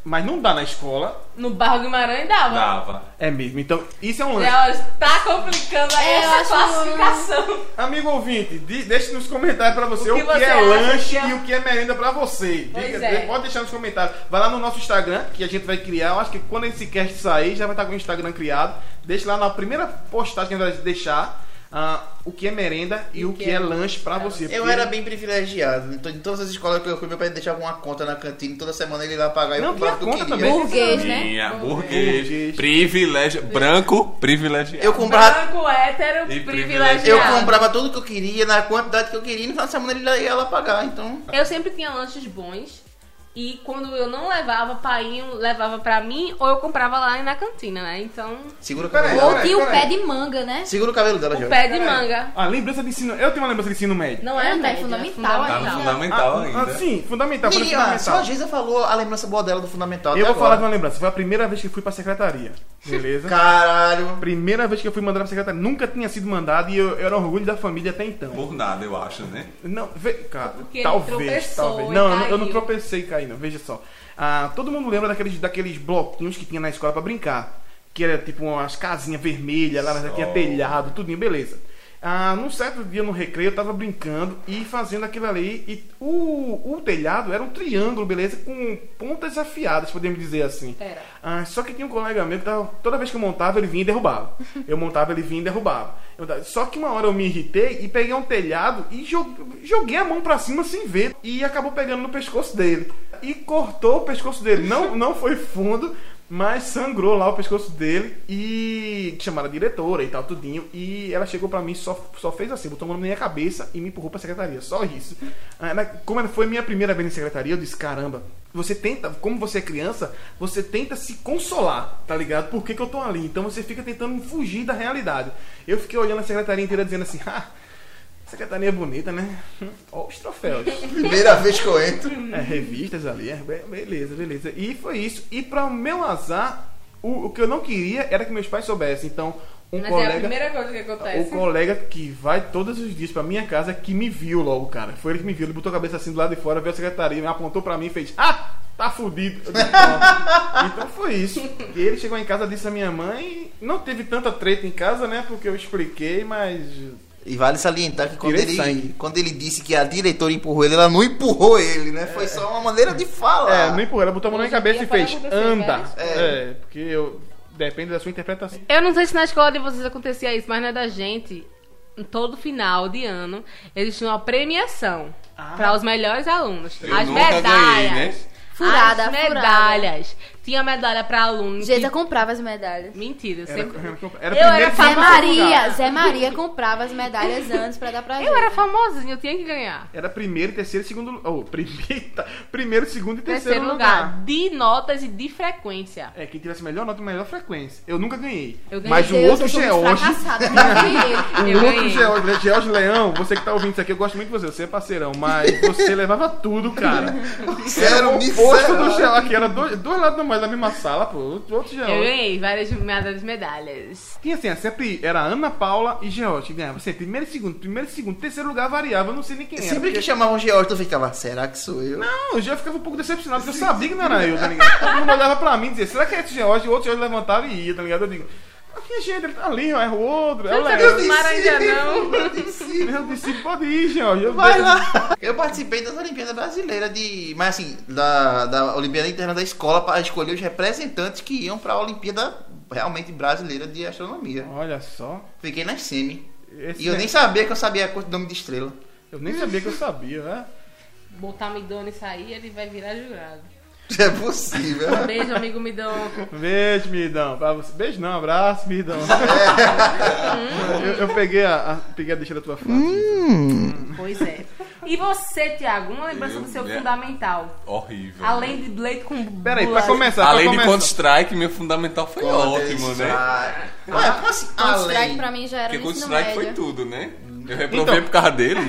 Mas não dá na escola. No Barro Guimarães dava. Dava. É mesmo. Então, isso é um lance. Léo, tá complicando aí É, eu essa acho que- classificação. Amigo ouvinte, de, deixe nos comentários pra você o que, você é acha lanche que é- e o que é merenda pra você. Pois Diga, é. Pode deixar nos comentários. Vai lá no nosso Instagram, que a gente vai criar. Eu acho que quando esse cast sair, já vai estar com o Instagram criado. Deixe lá na primeira postagem que a gente vai deixar ah, o que é merenda e, o que, é, lanche pra você. Eu Porque- era bem privilegiado. Em to- em todas as escolas que eu fui, meu pai deixava uma conta na cantina. Toda semana ele ia lá pagar e Não, eu comprava o que eu tinha queria. conta também. Burguês, né? Minha, Burguês. burguês. Privilégio. Branco, privilegiado. Eu comprava, Branco, hétero, E privilegiado. eu comprava tudo que eu queria, na quantidade que eu queria. E no final de semana ele lá- ia lá pagar. Então, Eu sempre tinha lanches bons. E quando eu não levava, painho levava pra mim ou eu comprava lá na cantina, né? Então, segura o Peraí, cabelo dela. Peraí, Ou tinha o peraí. pé de manga, né? Segura o cabelo dela, o É Jorge. pé é de manga. Ah, lembrança de ensino. Eu tenho uma lembrança de ensino médio. Não é, É, média, é é fundamental Tá no ainda. fundamental Ah, ainda. ah, sim, fundamental. foi Menina, só a fundamental. Geisa falou a lembrança boa dela do fundamental. Eu até vou falar de agora. uma lembrança. Foi a primeira vez que fui pra secretaria. Beleza? Caralho. Primeira vez que eu fui mandado pra secretaria. Nunca tinha sido mandado e eu, eu era orgulho da família até então. Por nada, eu acho, né? Não, ve... cara, Porque ele talvez, tropeçou talvez. e Não, eu não- eu não caiu. tropecei e caí, não. Veja só. Ah, todo mundo lembra daqueles, daqueles bloquinhos que tinha na escola pra brincar. Que era tipo umas casinhas vermelhas, lá já tinha Só. telhado, tudinho, beleza. Ah, num certo dia no recreio eu tava brincando e fazendo aquilo ali. E o, o telhado era um triângulo, beleza? Com pontas afiadas, podemos dizer assim. Era. Ah, só que tinha um colega meu que tava, toda vez que eu montava, ele vinha e derrubava. Eu montava, ele vinha e derrubava. Eu montava. só que uma hora eu me irritei e peguei um telhado e jo- joguei a mão pra cima sem ver. E acabou pegando no pescoço dele. E cortou o pescoço dele. Não, não foi fundo, mas sangrou lá o pescoço dele. E chamaram a diretora e tal, tudinho. E ela chegou pra mim, só, só fez assim, botou a mão na minha cabeça e me empurrou pra secretaria. Só isso. Ah, na- Como foi minha primeira vez na secretaria, eu disse: caramba. Você tenta, como você é criança, você tenta se consolar, tá ligado? Por que, que eu tô ali? Então você fica tentando fugir da realidade. Eu fiquei olhando a secretaria inteira dizendo assim, ah, secretaria é bonita, né? <laughs> Ó os troféus. Primeira vez que eu entro. É, revistas ali, é, be- beleza, beleza. E foi isso. E para o meu azar, o, o que eu não queria era que meus pais soubessem. Então, um Mas é a colega. primeira coisa que O acontece. colega que vai todos os dias pra minha casa que me viu logo, cara. Foi ele que me viu. Ele botou a cabeça assim do lado de fora, veio a secretaria, me apontou pra mim e fez: Ah, tá fudido. Eu disse, <laughs> "Ó." então foi isso. E ele chegou em casa, disse à minha mãe. Não teve tanta treta em casa, né? Porque eu expliquei, mas. E vale salientar que quando Tirei ele, sangue. quando ele disse que a diretora empurrou ele, ela não empurrou ele, né? Foi só uma maneira de falar. É, nem por ela botou a mão na minha Hoje em cabeça e dia fez: pode acontecer, Anda. várias É, porque eu. Depende da sua interpretação. Eu não sei se na escola de vocês acontecia isso, mas não é da gente. Em Todo final de ano, eles tinham uma premiação Ah. para os melhores alunos. Eu as nunca ganhei, medalhas. né? Furada, as furada. medalhas. Tinha medalha para aluno. Geisa que... tá comprava as medalhas. Mentira, eu <laughs> Era, sempre. era Eu primeiro era que Zé segundo lugar. Maria, Zé Maria comprava as medalhas antes pra dar pra gente. Eu era famosinho, eu tinha que ganhar. Era primeiro, terceiro e segundo. lu- Oh, primeiro, primeiro, segundo e terceiro, Terceiro lugar. lugar, de notas e de frequência. É, quem tivesse melhor nota e melhor frequência. Eu nunca ganhei. Eu ganhei. Mas o Deus, outro é eu sou muito George. fracassada, né, eu não ganhei. <laughs> O Eu outro ganhei. George, né? George Leão, você que tá ouvindo isso aqui, eu gosto muito de você, você é parceirão, mas você levava <laughs> tudo, cara. Era um o oposto do miserável. George, que era dois, dois lados mais da mesma sala, pô. O outro Eu George. ganhei várias medalhas, medalhas. Tinha assim, sempre era Ana Paula e George que ganhava. Sempre primeiro e segundo, primeiro e segundo, terceiro lugar variava, eu não sei nem quem era. Sempre que porque- chamavam George, tu ficava, será que sou eu? Não, eu já ficava um pouco decepcionado, porque eu sabia que não era eu, tá ligado? Todo mundo olhava pra mim e dizia, será que é esse George? O outro George levantava e ia, tá ligado? Eu digo, ah, que gente, ele tá ali, ó, é o outro, é o Eu não Leão. sabia Maranhão, não. Eu disse. <laughs> Meu discípulo pode ir, George. Eu- Vai <laughs> lá. Eu participei das Olimpíadas Brasileiras de. Mas assim, da, da Olimpíada Interna da Escola para escolher os representantes que iam pra Olimpíada realmente brasileira de astronomia. Olha só. Fiquei na semi. Esse é. E eu ne- nem sabia que eu sabia a cor do nome de estrela. <laughs> eu nem sabia que eu sabia, né? Botar Midon e sair, ele vai virar jurado. É possível. Beijo, amigo Midon. Beijo, Miridão. Pra você. Beijo não, abraço, <laughs> Miridão. eu, eu peguei a, a, peguei a deixa da tua frase. Hum, Pois é. E você, Tiago, uma lembrança do seu Eu, né? fundamental. Horrível. né? Além de leite com Peraí, pra bolacha. começar, pra Além de começar. <laughs> Counter-Strike, meu fundamental foi <laughs> ótimo, né? né? Ué, como assim? Counter-Strike Além. Então, pra mim já era Porque no ensino Counter-Strike médio. foi tudo, né? Eu reprovei por causa dele.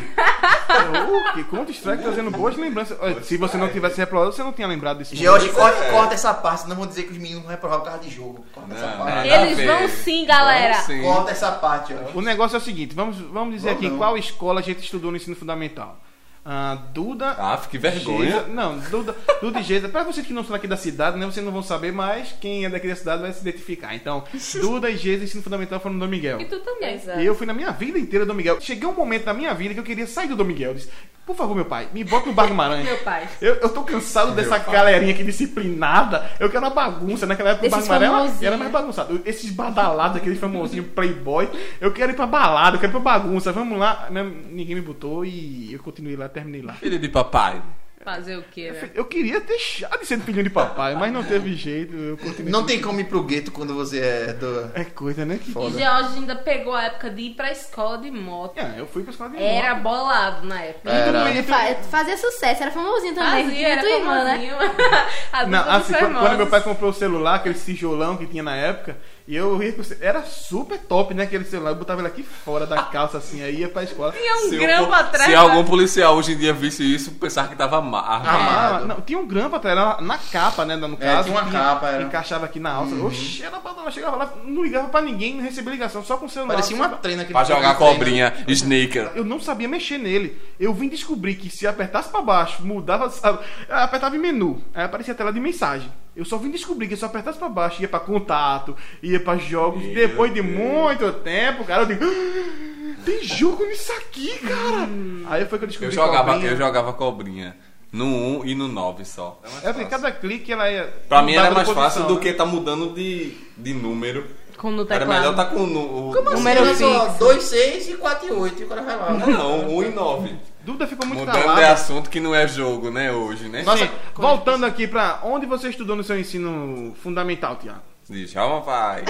Oh, que Counter Strike trazendo boas lembranças. Olha, Se você não tivesse reprovado, você não tinha lembrado desse momento. George, corta, é. corta essa parte, senão vão dizer que os meninos não reprovaram por causa de jogo. Corta essa Não, parte. Ah, nada a Eles ver. vão sim, galera. Vão sim. Corta essa parte, ó. O negócio é o seguinte, vamos, vamos dizer Ou aqui não. qual escola a gente estudou no ensino fundamental. Ah, Duda. Ah, que vergonha. Geisa- não, Duda, Duda e Geisa. Pra vocês que não são daqui da cidade, né? Vocês não vão saber, mas quem é daqui da cidade vai se identificar. Então, Duda e Geisa, ensino fundamental, foram no Dom Miguel. E tu também. E eu fui na minha vida inteira do Miguel. Cheguei um momento na minha vida que eu queria sair do Dom Miguel. Eu disse, por favor, meu pai, me bota no Bar Guimarães. Meu pai. Eu, eu tô cansado dessa galerinha aqui disciplinada. Eu quero uma bagunça. Naquela época o Bar Desses Guimarães era- era famosinhos. mais bagunçado. Esses badalados, aquele famosinho playboy. Eu quero ir pra balada, eu quero ir pra bagunça. Vamos lá. Não, Ninguém me botou e eu continuei lá, terminei lá. Filho de papai. Fazer o quê, né? Eu queria deixar de ser filhinho de papai, mas não teve jeito. Eu continuei. Não tem como ir pro gueto quando você é do. É coisa, né? Que... E Foda. George ainda pegou a época de ir pra escola de moto. É, eu fui pra escola de Era moto. bolado na época. E tudo Era. bem, então- É, Fa- fazia sucesso, era famosinho também. Fazia, Tinha era tua irmã, né? famosinho. <laughs> A dupla Não, dos assim, quando, famosos. quando meu pai comprou o celular, aquele tijolão que tinha na época, e eu ia com o ce- Era super top, né? Aquele celular. Eu botava ele aqui fora Ah. da calça, assim, aí ia pra escola. Tinha um Se o grampo po- atrás. Se né? algum policial hoje em dia visse isso, pensava que tava É. ma- armado. Ah, Amado. não, tinha um grampo atrás, era na capa, né? No caso. É, tinha uma que capa, era. Uhum. Encaixava aqui na alça. Oxi, era pra chegava lá, não ligava pra ninguém, não recebia ligação, só com o celular. Parecia uma treina que Pra jogar cobrinha, sneaker. Eu não sabia mexer nele. Eu vim descobrir que se apertasse pra baixo, mudava. sabe? Apertava em menu. Aí aparecia a tela de mensagem. Eu só vim descobrir que se eu apertasse pra baixo, ia pra contato, ia pra jogos. Meu Depois de Deus. muito tempo, cara, eu digo. "Ah, Tem jogo nisso aqui, cara! Hum. Aí foi que eu descobri Eu jogava, cobrinha. eu jogava cobrinha. No 1 e no 9 só. É mais É porque fácil. cada clique ela é. Pra mim era mudava mais de fácil posição, do que né? tá mudando de, de número. Com no Era teclado. melhor tá com nu- o. assim? Como Número Número fixo. 2, 6 e 4 e 8. E o cara vai lá. Não, 1 e 9. Duda ficou muito Mudando de calada. assunto que não é jogo, né, hoje, né? Nossa, voltando aqui pra onde você estudou no seu ensino fundamental, Tiago? Djalma vai.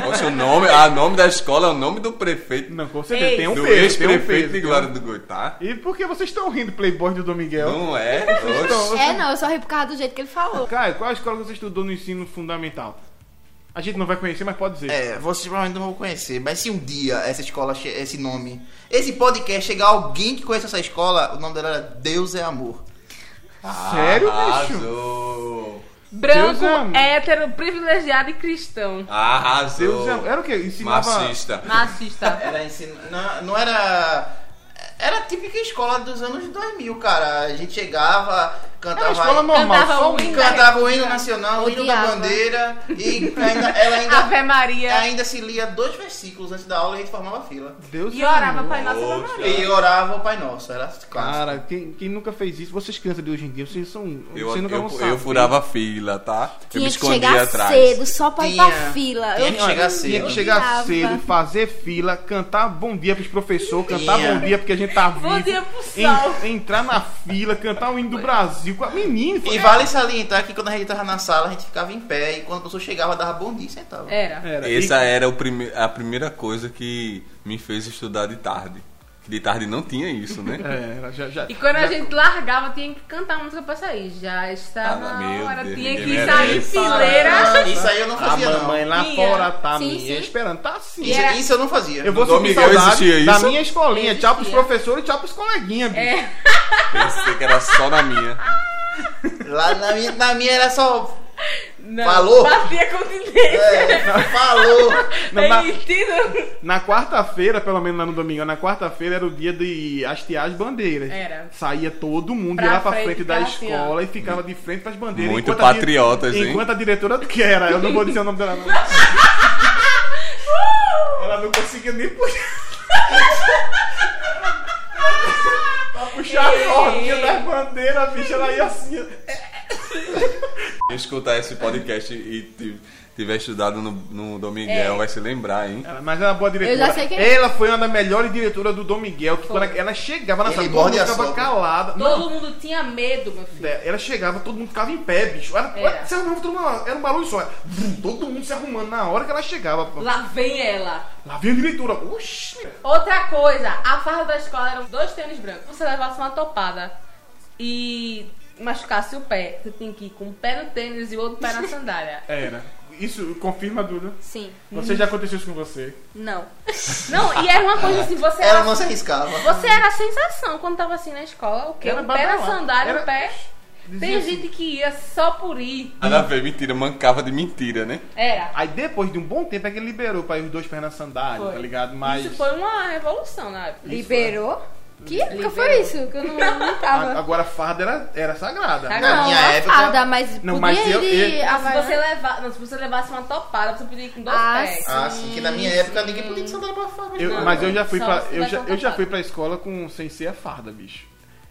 Poxa, o nome, a nome da escola é o nome do prefeito. Não, com certeza. Tem um do peso, tem um ex-prefeito peso. de tem um Glória do Goitá. E por que vocês estão rindo, Playboy do Dom Miguel? Não é? Oxe. Então, É, não, eu só ri por causa do jeito que ele falou. Caio, qual a escola que você estudou no ensino fundamental? A gente não vai conhecer, mas pode dizer. É, vocês provavelmente não vão conhecer, mas se um dia essa escola, che- esse nome, esse podcast chegar alguém que conhece essa escola, o nome dela era Deus é Amor. Sério, bicho? Arrasou. Branco, Deus ama. hétero, privilegiado e cristão. Arrasou. Deus é- Era o quê? Ensinava... Marxista. Machista. Era ensino. Não, não era. Era a típica escola dos anos 2000, cara. A gente chegava, Era uma cantava. escola normal, Cantava só um um... hino. Cantava o hino nacional, o hino da Odiava. bandeira, e ainda- ela Ave ainda, É, Maria. ainda se lia dois versículos antes da aula e a gente formava fila. Deus E é orava amor. Pai Nosso Ave Poxa. Maria. E orava o Pai Nosso, era clássico. Cara, quem, quem nunca fez isso? Vocês crianças de hoje em dia, vocês são... Eu, vocês eu, nunca né? vão eu, saber. furava fila, tá? eu me Tinha que escondia chegar atrás. cedo, só pra ir pra Tinha- fila. tinha Eu- um que chegar Tinha que cedo. chegar Odiava. cedo, fazer fila, cantar bom dia pros professores, cantar Tinha. bom dia porque a gente tá vivo. Bom dia pro sol. en- entrar na fila, cantar o hino do Brasil. com a- Menino, foi... E vale salientar que quando a gente tava na sala, a gente ficava em pé e quando a pessoa chegava, dava bom dia e sentava. Era. Era. E- Essa era o prime a primeira coisa que me fez estudar de tarde. De tarde não tinha isso, né? É, era- já, já, E quando a gente largava, tinha que cantar a música pra sair. Já está Ah, na meu hora. Deus, Tinha que ninguém sair merece. fileira. Ah, Isso aí eu não A fazia, não. mamãe lá Ia. fora tá Sim, me sim. esperando. Tá sim. Isso, Era- isso eu não fazia. Eu vou Dom sentir Miguel saudade existia da isso? minha escolinha. Tchau pros Existia. professores, tchau pros coleguinhas, bicho. É. Pensei que era só na minha. Lá na minha, na minha era só. Não, Falou? Batia <laughs> continência. é, falou! É, Não, na- Permitido. Na quarta-feira, pelo menos lá no domingo, na quarta-feira era o dia de hastear as bandeiras. Era. Saía todo mundo Pra ia lá pra frente, frente, da ficava assim, escola e ficava de frente pras bandeiras. Muito enquanto a dire- patriotas, hein? Enquanto a diretora que era, eu não vou dizer o nome dela, <laughs> Uh! não. Ela não conseguia nem <laughs> puxar. pra puxar a cordinha das bandeiras, bicho, ela ia assim. ó. Quem escutar esse podcast e ti- tiver estudado no, no Dom Miguel vai se lembrar, hein? Ela- Mas ela é uma boa diretora. Eu já sei quem é. Ela foi uma das melhores diretoras do Dom Miguel, que quando ela chegava na Ele sala, todo mundo morde a ficava sopa. calada. Não, Todo mundo tinha medo, meu filho. é, ela chegava, todo mundo ficava em pé, bicho. Era, Era. se arrumava, todo mundo- era um barulho só. Vum, Todo mundo se arrumando na hora que ela chegava. pô. Lá, Lá vem ela. vem a diretora. Oxi. Outra coisa, a farda da escola eram dois tênis brancos. Se você levasse uma topada e machucasse o pé, você tinha que ir com um pé no tênis e o outro pé na sandália. Era. É, né? Isso confirma, Duda. Sim, Você já aconteceu isso com você. não. Não, e era uma coisa assim, você Ela era, não se arriscava. você era a sensação quando tava assim na escola. O quê? Era Um pé na badalado. sandália, Era- um pé. Tem assim. gente que ia só por ir. Nada a ver, mentira, mancava de mentira, né? Era. Aí depois de um bom tempo é que ele liberou pra ir os dois pés na sandália, Foi. tá ligado? Mas. Isso foi uma revolução na época. Isso, Liberou? Que época foi isso? Que eu não, não A- tava. Agora a farda era, era sagrada. Tá Na Não, minha uma época- farda, mas podia Não, mas é. eu- ir de eu- Ah, se Havaiana. você levar, não, se você levasse uma topada, você podia ir com dois Ah, pés. sim. Ah, sim, que na minha época ninguém podia de sandália pra fora. Eu- Não, mas eu já fui só pra. se Eu vai já, com eu já farda. fui pra escola com sem ser a farda, bicho.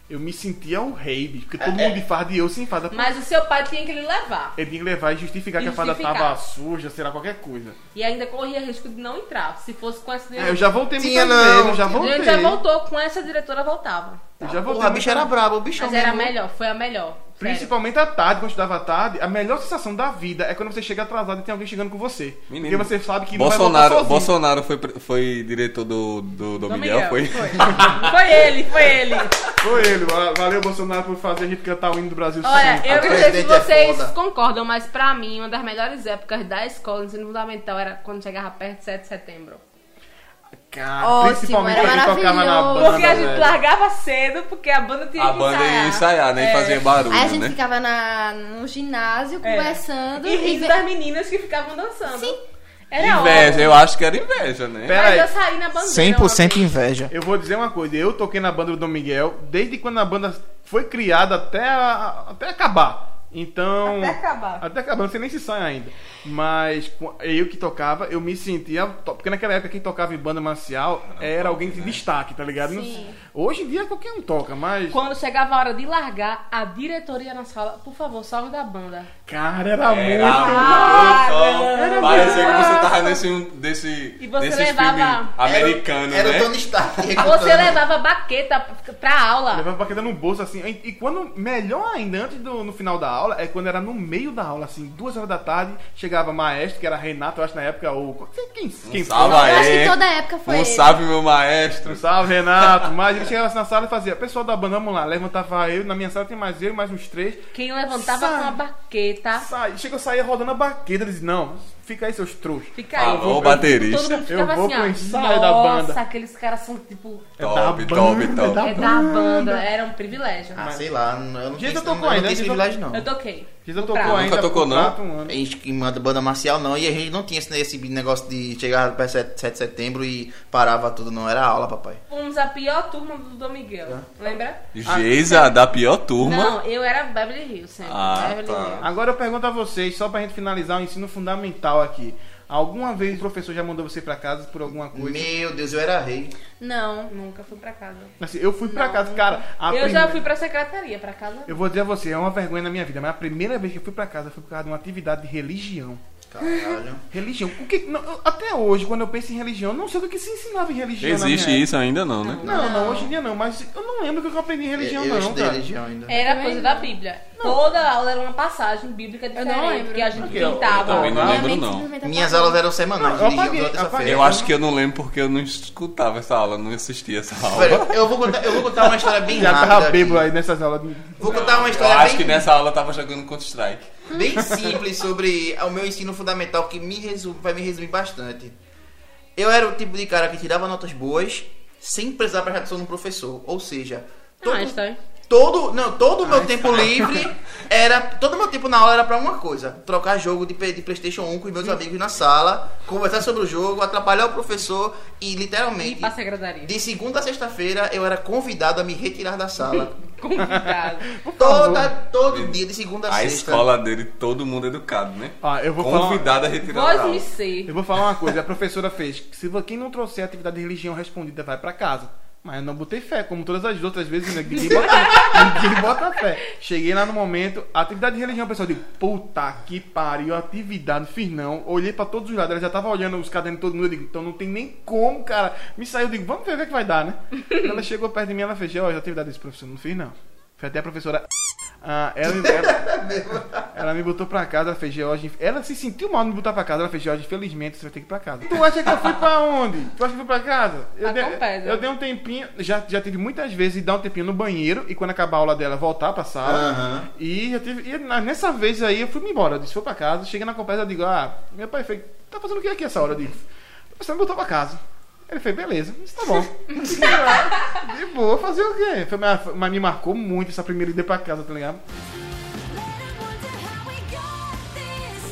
Eu me sentia o rei, bicho, porque todo mundo de farda e eu sem farda. Mas o seu pai tinha que lhe levar. Ele tinha que levar e justificar, que a Justificar. farda tava suja, sei lá, qualquer coisa. E ainda corria risco de não entrar. Se fosse com essa É, eu diretora. já voltei Tinha muitas não. vezes, eu já a voltei. gente já voltou, com essa diretora voltava. Eu já voltei. Porra, a bicha era muitas- braba, o bichão. Mas era a mesmo. melhor, foi a melhor. sério. Principalmente à tarde, quando eu estudava à tarde, a melhor sensação da vida é quando você chega atrasado e tem alguém chegando com você. Menino. Porque você sabe que não vai voltar Bolsonaro, sozinho. Bolsonaro foi, pre- foi diretor do, do, do Dom Miguel, Miguel, foi? Foi. Foi ele, foi ele. Foi ele. va- Valeu, Bolsonaro, por fazer a gente cantar o hino do Brasil Olha, sempre. eu não sei se presidente é vocês foda. concordam, mas pra mim, uma das melhores épocas da escola, ensino fundamental, era quando chegava perto de 7 de setembro. Cara, Ótimo, principalmente era quando tocava na maravilhoso. é banda. né? Porque a gente velho. largava cedo, porque a banda tinha <laughs> A que banda ensaiar. ia ensaiar, né? E É. fazia barulho, Aí a gente né? ficava na, no ginásio conversando E rindo ve- das meninas que ficavam dançando. Sim. Era Inveja, ótimo. eu acho que era inveja, né? Pera Mas aí. eu saí na bandeira. uma vez. inveja. Eu vou dizer uma coisa, eu toquei na banda do Dom Miguel desde quando a banda foi criada até, a- até acabar. Então. Até acabar. Até acabar, não sei nem se sai ainda. Mas com- eu que tocava, eu me sentia. top, Porque naquela época quem tocava em banda marcial era alguém de destaque, tá ligado? Não- Hoje em dia qualquer um toca, mas. Quando chegava a hora de largar, a diretoria na sala, por favor, salve da banda. Cara, era Era muito. muito bom. Ah, Parecia que você tava nesse, nesse, E você nesses levava- filmes americanos, era, né? Era o Tony Stark. Você levava a baqueta pra aula. Levava a baqueta no bolso, assim. E- E quando, melhor ainda, antes do no final da aula, é quando era no meio da aula, assim, duas horas da tarde, chegava maestro, que era Renato, eu acho, na época, ou. Quem, quem salve foi? aí. Eu acho É. que toda época foi Um ele. salve, meu maestro. Salve, Renato. Mas ele chegava assim na sala e fazia, pessoal da banda, vamos lá. Levantava eu, na minha sala tem mais eu, e mais uns três. Quem levantava Sai. com a baqueta, Sai. Chega, eu saía rodando a baqueta. Ele disse, não, fica aí, seus trouxas. fica aí. Alô, Todo baterista. mundo ficava Eu vou assim, ó. pro ensaio da Nossa, banda." aqueles caras são tipo. Top, top, banda, é top. da É da banda, era um privilégio. Ah, sei lá, eu não tenho Gente, esse- eu tocou não ainda, tenho esse gente, né? eu- privilégio, não. Eu toquei. Giza No tocou prato. ainda. Nunca tocou, por não? quatro anos. Gente que manda banda marcial, não. E a gente não tinha esse, esse negócio de chegar para 7, 7 de setembro e parava tudo, não. Era aula, papai. Fomos a pior turma do Dom Miguel. É. Lembra? Geisa, da pior turma. Ah. Não, eu era Beverly Hills sempre. Ah, Beverly tá. Hills. Agora eu pergunto a vocês, só pra gente finalizar o ensino fundamental aqui. Alguma vez o professor já mandou você pra casa por alguma coisa? Meu Deus, eu era rei. Não. Nunca fui pra casa. Assim, eu fui pra casa, cara. a eu primeira- já fui pra secretaria, pra casa. Eu vou dizer a você, é uma vergonha na minha vida, mas a primeira vez que eu fui pra casa foi por causa de uma atividade de religião. Caralho. Religião. O que, não, eu- até hoje, quando eu penso em religião, eu não sei do que se ensinava em religião. na Existe minha isso ainda não, né? época. Não, não, hoje em dia não, mas eu não lembro o que eu aprendi em <laughs> religião, eu eu não, estudei cara. religião ainda. Era coisa da Bíblia. Toda aula era uma passagem bíblica diferente não lembro. que a gente eu- eu pintava. também não Minha lembro, mente não. tá simplesmente Minhas apagou. aulas eram semanais. Não, eu de religião, apaguei, toda apaguei. Eu sexta-feira. acho que eu não lembro porque eu não escutava essa aula, não assistia essa aula. Velho, eu vou contar, eu vou contar uma história bem Já rápida. tava aqui. bêbado aí nessas aulas. de- Vou contar uma Eu é história acho que bem, nessa aula eu tava jogando Counter-Strike. bem simples sobre o meu ensino fundamental que me resume, vai me resumir bastante. Eu era o tipo de cara que tirava notas boas sem precisar prestar atenção no professor. Ou seja, todo, Einstein. todo, não, todo o meu tempo livre era. Todo o meu tempo na aula era pra uma coisa: trocar jogo de, P- de Playstation 1 com os meus amigos na sala, conversar sobre o jogo, atrapalhar o professor e literalmente. E pra secretaria. De segunda a sexta-feira eu era convidado a me retirar da sala. Convidado. Toda, todo dia, de segunda a, A sexta. escola dele, todo mundo educado, né? Ah, eu vou falar. Convidado a retirar da Voz me aula. Eu ser. vou falar uma coisa, a professora fez. que Se vo- quem não trouxer a atividade de religião respondida, vai pra casa. Mas eu não botei fé, como todas as outras vezes, né? ninguém bota, ninguém bota fé. Cheguei lá no momento, a atividade de religião, o pessoal, de puta que pariu, atividade, não fiz não. Olhei pra todos os lados, ela já tava olhando os cadernos de todo mundo, eu digo, então não tem nem como, cara. Me saiu, eu digo, vamos ver o que, é que vai dar, né? Ela chegou perto de mim, ela fez, ó, a atividade desse professor, não fiz não. Foi até a professora. Ah, ela, ela, ela me botou pra casa, ela fez George. Ela se sentiu mal de me botar pra casa, ela fez George, infelizmente você vai ter que ir pra casa. Tu acha que eu fui pra onde? Tu acha que eu fui pra casa? Eu, dei, Acontece. eu dei um tempinho, já, já tive muitas vezes de dar um tempinho no banheiro e quando acabar a aula dela voltar pra sala. Aham. E já tive. E na- nessa vez aí eu fui me embora, eu disse, foi pra casa, chega na conversa, eu digo, ah, meu pai fez, tá fazendo o que aqui essa hora? Eu disse, você me botou pra casa. Ele fez, beleza, isso tá bom. De boa, fazer o quê? Foi, mas, mas me marcou muito essa primeira ida pra casa, tá ligado?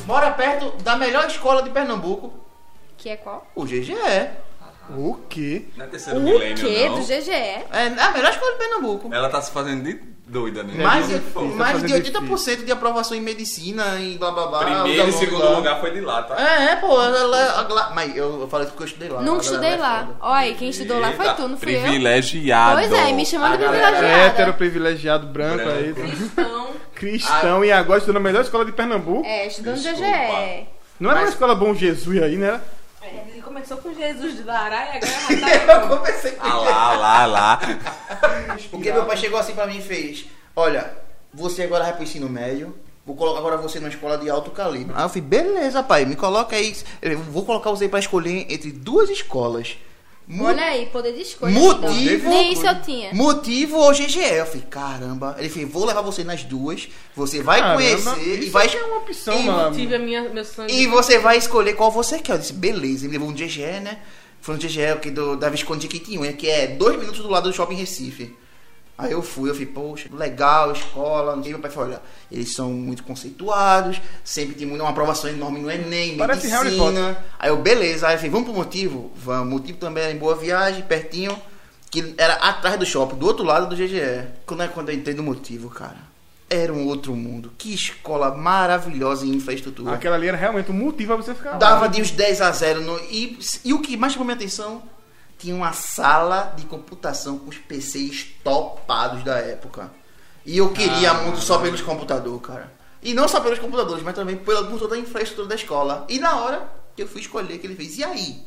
Mora perto da melhor escola de Pernambuco, Que é qual? o GGE. O quê? Não é terceiro milênio, Que? não. Do GGE. É a melhor escola de Pernambuco. É, Ela tá se fazendo de doida, É, né? mais difícil, de, tá mais de fazendo 80% de aprovação em medicina e blá blá blá. os um Primeiro e alunos segundo lá. lugar foi de lá, tá? É, é, pô. ela- ela- ela- mas eu, eu falei isso porque eu estudei lá. Não a galera estudei é lá. foda. Olha aí, quem estudou lá foi Eita, tu, não fui eu. privilegiado. Pois é, me chamando A de galera- privilegiada. Hétero, privilegiado, branco, Branco. aí. Cristão. Cristão e agora estudou na melhor escola de Pernambuco. É, estudando Desculpa. GGE. Não era uma escola Bom Jesus aí, né? Ele começou com Jesus de Lará e agora já Eu tá comecei com Ah lá, lá, lá. Porque meu pai chegou assim pra mim e fez: Olha, você agora vai pro ensino médio. Vou colocar agora você numa escola de alto calibre. Aí eu falei, beleza, pai, me coloca aí. Eu vou colocar você pra escolher entre duas escolas. Mu- Olha aí, poder de escolha. Motivo. então. Nem isso eu tinha. Motivo ou GGE? Eu falei, caramba. Ele fez, vou levar você nas duas. Você vai Caramba, conhecer e isso vai. aqui é uma opção, e, mano. tive a minha, meu sonho. e você vai escolher qual você quer. Eu disse, beleza, ele levou um GGE, né? Foi um GGE aqui do, da Visconde de Quitinhonha, que é dois minutos do lado do shopping Recife. Aí eu fui, eu falei, poxa, legal, escola. não sei. meu pai falou, olha, eles são muito conceituados, sempre tem uma aprovação enorme no Enem, Parece medicina. Harry Potter. Aí eu, beleza. Aí eu falei, vamos pro motivo? Vamos. Motivo também era em Boa Viagem, pertinho. Que era atrás do shopping, do outro lado do GGE. Quando é quando eu entrei no motivo, cara? Era um outro mundo. Que escola maravilhosa em infraestrutura. Aquela ali era realmente um motivo pra você ficar lá. Dava de uns 10 a 0. No, e, e o que mais chamou minha atenção? Tinha uma sala de computação com os PCs topados da época. E eu queria muito só pelos computadores, cara. E não só pelos computadores, mas também pela, por toda a infraestrutura da escola. E na hora que eu fui escolher, que ele fez, e aí?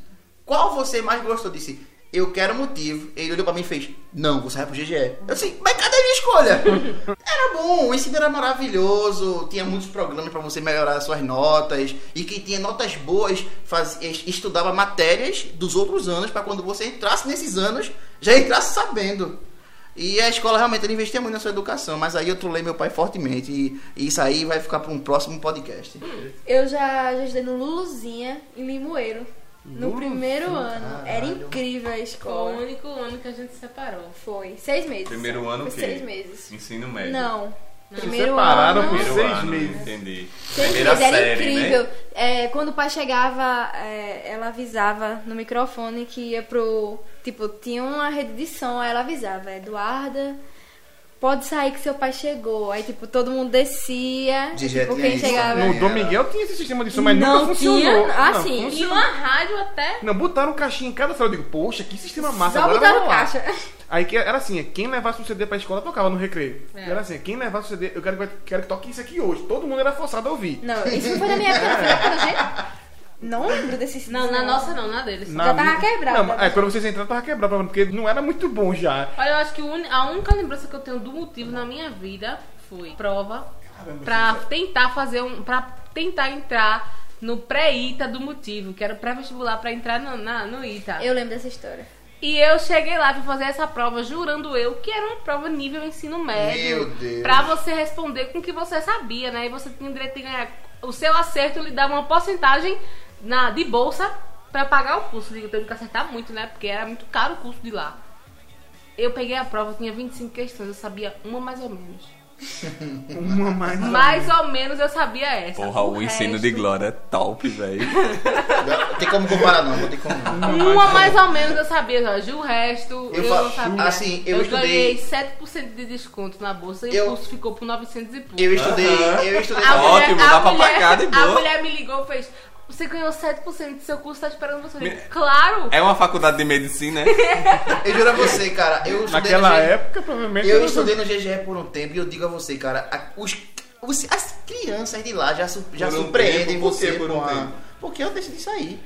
Qual você mais gostou? Eu Disse, eu quero motivo. Ele olhou pra mim e fez, não, você vai pro GGE. Eu disse, mas cadê a minha escolha? Era bom, o ensino era maravilhoso, tinha muitos programas pra você melhorar as suas notas. E quem tinha notas boas fazia, estudava matérias dos outros anos pra quando você entrasse nesses anos, já entrasse sabendo. E a escola realmente ela investia muito na sua educação, mas aí eu trolei meu pai fortemente. E, e isso aí vai ficar pra um próximo podcast. Eu já, já estudei no Luluzinha, em Limoeiro. No Luluzinha, primeiro ano. Era caralho. incrível a Foi o escola. único ano que a gente se separou. Foi. Seis meses. Primeiro ano o Foi quê? seis meses. Ensino médio. Não. Vocês Primeiro separaram ano. por Primeiro seis ano, meses. Entendi. Seis Primeira meses, era série, incrível. Né? É, quando o pai chegava, é, ela avisava no microfone que ia pro. Tipo, tinha uma rede de som, aí ela avisava, Eduarda. Pode sair que seu pai chegou. Aí, tipo, todo mundo descia. De jeito tipo, quem nenhum. chegava. No Dom Miguel tinha esse sistema de som, mas Não nunca funcionou. tinha, ah, Não, sim. funcionou. E uma rádio até. Não, botaram um caixinha em cada sala. Eu digo, poxa, que sistema Só massa. agora botaram vamos lá. caixa. Aí que era assim, quem levasse o CD pra escola tocava no recreio. É. Era assim, quem levasse o CD, eu quero, que- quero que toque isso aqui hoje. Todo mundo era forçado a ouvir. Não, isso não foi na minha época, não foi na época da gente. Não lembro desse Não, na nossa não, na deles. Na Já tava minha- quebrado, Não, né? é, quando vocês entraram, tava quebrado, porque não era muito bom já. Olha, eu acho que o uni- a única lembrança que eu tenho do motivo na minha vida foi prova pra tentar fazer um. pra tentar entrar no pré-ITA do motivo, que era o pré-vestibular pra entrar no, na- no ITA. Eu lembro dessa história. E eu cheguei lá pra fazer essa prova, jurando eu que era uma prova nível ensino médio. Meu Deus. Pra você responder com o que você sabia, né? E você tinha direito de ganhar. O seu acerto lhe dava uma porcentagem na, de bolsa pra pagar o curso. Eu tenho que acertar muito, né? Porque era muito caro o curso de lá. Eu peguei a prova, tinha 25 questões, eu sabia uma mais ou menos. Uma mais. Mais ou menos eu sabia essa. Porra, o ensino de glória é top, velho. Não tem como comparar, não, não tem como. não. Uma mais ou menos eu sabia, Jorge. O resto eu, Eu fa- não sabia. assim, eu ganhei 7% de desconto na bolsa e Eu- o curso ficou por 900 e pouco. Eu estudei, eu estudei. A mulher- Ótimo, dá a pra mulher- pagar de boa. A mulher me ligou e fez: Você ganhou 7% do seu curso, tá esperando você. Eu digo, Claro! É uma faculdade de <laughs> medicina, né? Eu juro a você, cara, eu estudei. Naquela no G- época, é provavelmente. Eu não- estudei no GGE por um tempo e eu digo a você, cara, a- os- os- as crianças de lá já, su- já Por um surpreendem tempo, por você quê? Por com um a- tempo? Porque eu decidi sair.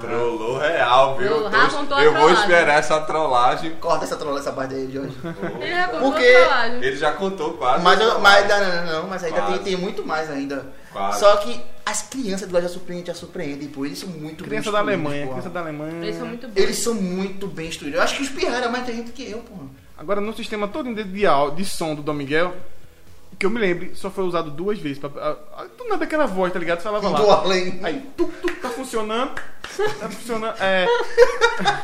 Trollou real, viu? Trollou, Tô- racontou a eu vou trollagem. esperar essa trollagem. Corta essa trola, essa parte aí, <laughs> Jorge. É Ele já comprou Porque- a trollagem. Ele já contou quase. Mas, eu- mas não, não, não, não, mas ainda tem, Quase. tem muito mais ainda. Quase. Só que as crianças de lá já surpreendem, já surpreendem, pô. Eles são muito Criança bem da instruídos, Alemanha, porra. criança da Alemanha. Eles são muito bons. Eles são muito bem instruídos. Eu acho que os pirra eram mais inteligentes que eu, porra. Agora, no sistema todo de, de, au- de som do Dom Miguel, que eu me lembre, só foi usado duas vezes. Pra, a- a- do nada aquela voz, tá ligado? Você falava Do lá. além. Aí, tu, tu, tá funcionando. Tá funcionando. É. <laughs>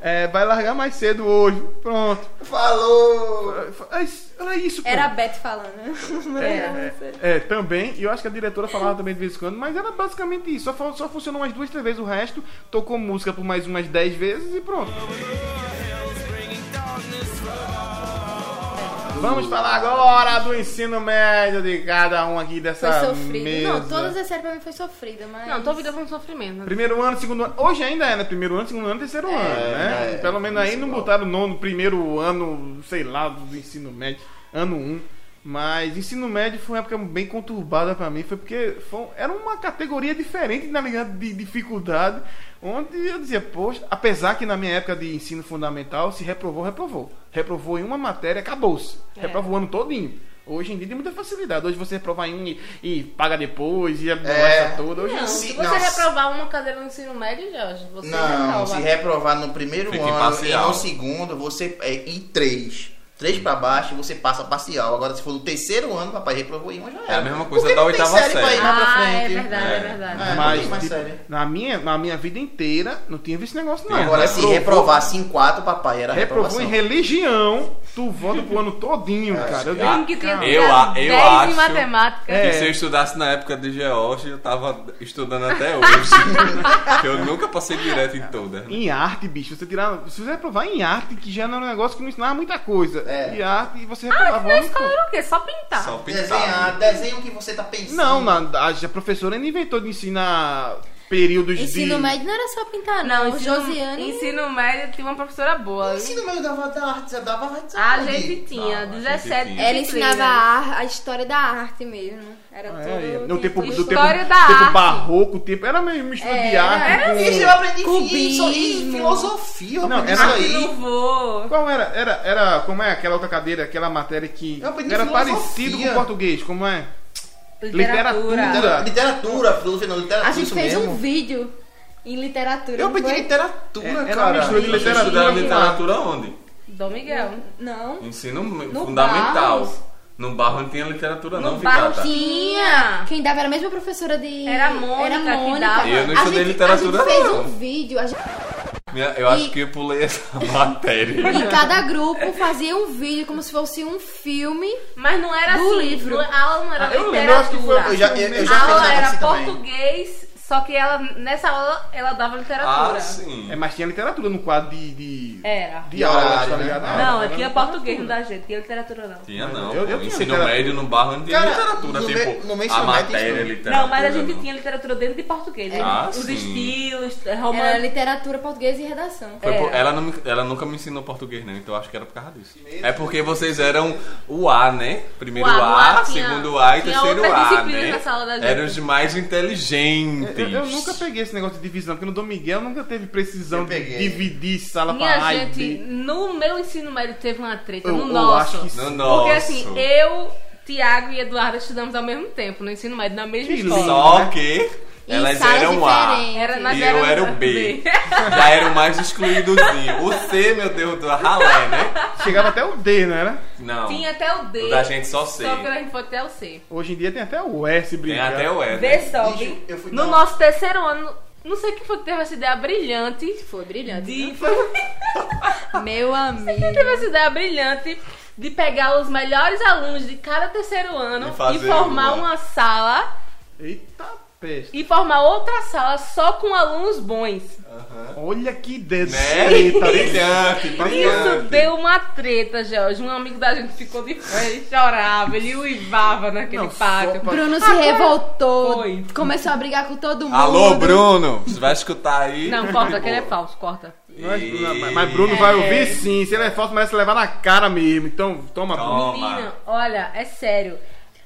É, vai largar mais cedo hoje. Pronto. Falou! É, Era isso, pô. Era a Beth falando. <laughs> É, é, é, também. E eu acho que a diretora falava também de vez em quando, mas era basicamente isso. Só, fal- só funcionou umas duas, três vezes o resto, tocou música por mais umas dez vezes e pronto. Vamos falar agora do ensino médio de cada um aqui Foi dessa sofrido. mesa. Não, todas as séries pra mim foi sofrida, mas. Não, tua vida foi um sofrimento. né? Primeiro ano, segundo ano. Hoje ainda é, né? Primeiro ano, segundo ano, terceiro ano, né? é, Pelo menos aí não botaram nono, primeiro ano, sei lá, do ensino médio, ano 1. Um. Mas ensino médio foi uma época bem conturbada pra mim, foi porque foi- era uma categoria diferente, na ligado, de dificuldade, onde eu dizia, poxa, apesar que na minha época de ensino fundamental se reprovou, reprovou. Reprovou em uma matéria, acabou-se. Reprovou o ano todinho. Hoje em dia tem muita facilidade. Hoje você reprova em um e, e paga depois, É. e a doença toda. Hoje Não, se Sim, você não. reprovar uma cadeira no ensino médio, Jorge, você Não, reprova. se reprovar no primeiro Fica ano imparcial. e no segundo, você é, em três. Três pra baixo, você passa parcial. Agora, se for no terceiro ano, papai reprovou em uma já era. É a mesma coisa Porque da não tem oitava série pra série. ir mais pra Ah, é frente. verdade, é, É. verdade. É, não Mas, tem mais tipo, série. na, minha, na minha vida inteira, não tinha visto esse negócio, não. Agora, se Reprovou- reprovasse em quatro, papai era Reprovou reprovação. É, em religião, tu volta pro ano todinho, cara. Eu que- digo- Tem um que ter cara, Ah, Eu a- eu 10 em acho- matemática. É. Que se eu estudasse na época de George, eu tava estudando até hoje. <laughs> Que eu nunca passei direto em toda. Em arte, bicho, você tirar. Se você reprovar em arte, que já não era um negócio que não ensinava muita coisa. É. E arte, e você Ah, reprovava. na muito. escola era assim. o quê? é Só pintar. Só pintar. Desenhar, desenha o que você tá pensando. não, na- a, a professora ainda inventou de ensinar períodos Ensino de. médio não era só pintar, Não, não. ensino, Josiane. ensino médio tinha uma professora boa. viu? Ensino meio dava da arte, já dava arte. A sabe? Ah, gente tinha Não, a gente 17 tinha. Ela disciplinas. ensinava a, ar- a história da arte mesmo. Era É, tudo. é, no tempo, do tempo, tipo, História da tempo arte. É, barroco, tempo, era meio mistura de arte. era com- Ixi, eu aprendi isso aí, Cubismo. filosofia, eu Não, aprendi era- isso aí. Louvor. Qual era? Era, era? Como é aquela outra cadeira, aquela matéria que Eu aprendi era É filosofia. parecido com português? Como é? Literatura. Literatura. Litera- Literatura, filosofia, não, literatura, A gente isso fez mesmo. um vídeo em literatura. Eu não aprendi foi? literatura, É, era uma cara. mistura de Ixi, literatura Estudar com literatura onde? Dom Miguel. Não. Ensino fundamental. No barro não tinha literatura, não, Vicata. Tinha. Quem dava era a mesma professora de. Era a Mônica Era a que Mônica. dava. Eu não A estudei gente- literatura, A gente fez não. um vídeo. A gente... Minha- Eu acho que eu pulei essa <laughs> matéria. E cada grupo fazia um vídeo como se fosse um filme. Mas não era Do assim. livro. não- A aula não era Ah, eu lembro, acho que foi- literatura. Eu já, eu, eu já a fiz um aula era negócio também. português, só que ela nessa aula ela dava literatura. Ah, sim. É, mas tinha literatura no quadro de. de... Era. De De aula, horário, tá né? ligado? É. Não, Era tinha no- português no da gente, tinha literatura não. Tinha não. Eu- eu pô. tinha ensino literatura. médio no barro não tinha Cara, literatura. no me- Tipo, no meu a ensino médio matéria é tinha. literatura. Não, mas a gente não. tinha literatura dentro de português, né? Ah, Os sim. estilos, Era romântico. literatura, português e redação. Foi por- É. ela, não me- ela nunca me ensinou português, não, então eu acho que era por causa disso. É porque vocês eram o A, né? Primeiro O A, A, o A tinha- segundo A e tinha terceiro outras A, disciplinas né? na sala da gente. Eram os mais inteligentes. Eu, eu nunca peguei esse negócio de divisão, porque no Dom Miguel nunca teve precisão Eu de peguei. dividir sala pra A Minha e gente, B. no meu ensino médio teve uma treta, Eu- no eu nosso. acho que No Porque, nosso. Porque assim, eu, Tiago e Eduardo estudamos ao mesmo tempo, no ensino médio, na mesma Que escola. Só que elas salas eram A. diferentes. Era, mas E eu era o B. Já era o mais excluídozinho. O C, meu Deus, do ralé, né? Chegava até o D, não era? Não. Tinha até o D. O da gente só C. Só que a gente foi até o C. Hoje em dia tem até o S Tem brincar. até o E. né? Vê só, É Bicho, vi- eu fui No dar- nosso terceiro ano, não sei quem foi que teve essa ideia brilhante. Foi brilhante. né? <laughs> De, Meu amigo. quem teve essa ideia brilhante de pegar os melhores alunos de cada terceiro ano E fazer e formar uma. uma sala Eita peste. e formar outra sala só com alunos bons. Olha que ideia Né? treta. Brilhante, Isso brilhante. deu uma treta, Jorge. Um amigo da gente ficou de pé e chorava, ele uivava naquele Não, pátio. só pra- Bruno se revoltou. foi. Começou a brigar com todo mundo. Alô, Bruno! Você vai escutar aí? Não, corta, aquele é falso, corta. Mas, mas- mas Bruno vai ouvir sim. Se ele é falso, merece levar na cara mesmo. Então toma, Bruno. Toma. Menina, olha, é sério.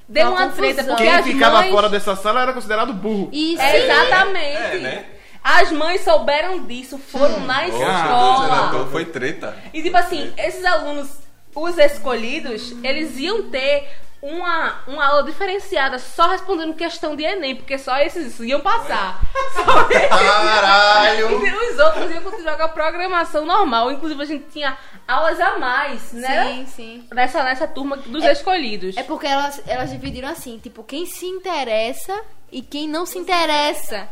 Deu Uma uma treta confusão. porque Quem as ficava mães... fora dessa sala era considerado burro. E É, sim, exatamente. É, né? As mães souberam disso, foram Hum. na Poxa, escola. Zeneto, Foi treta. E tipo assim, esses alunos, os escolhidos, eles iam ter uma, uma aula diferenciada só respondendo questão de Enem, porque só esses iam <laughs> passar. Só Caralho! Então, esses. E Então, os outros iam continuar com a programação normal. Inclusive, a gente tinha aulas a mais, né? sim, sim. Nessa, nessa turma dos escolhidos. É porque elas, elas dividiram assim, tipo, quem se interessa e quem não se interessa.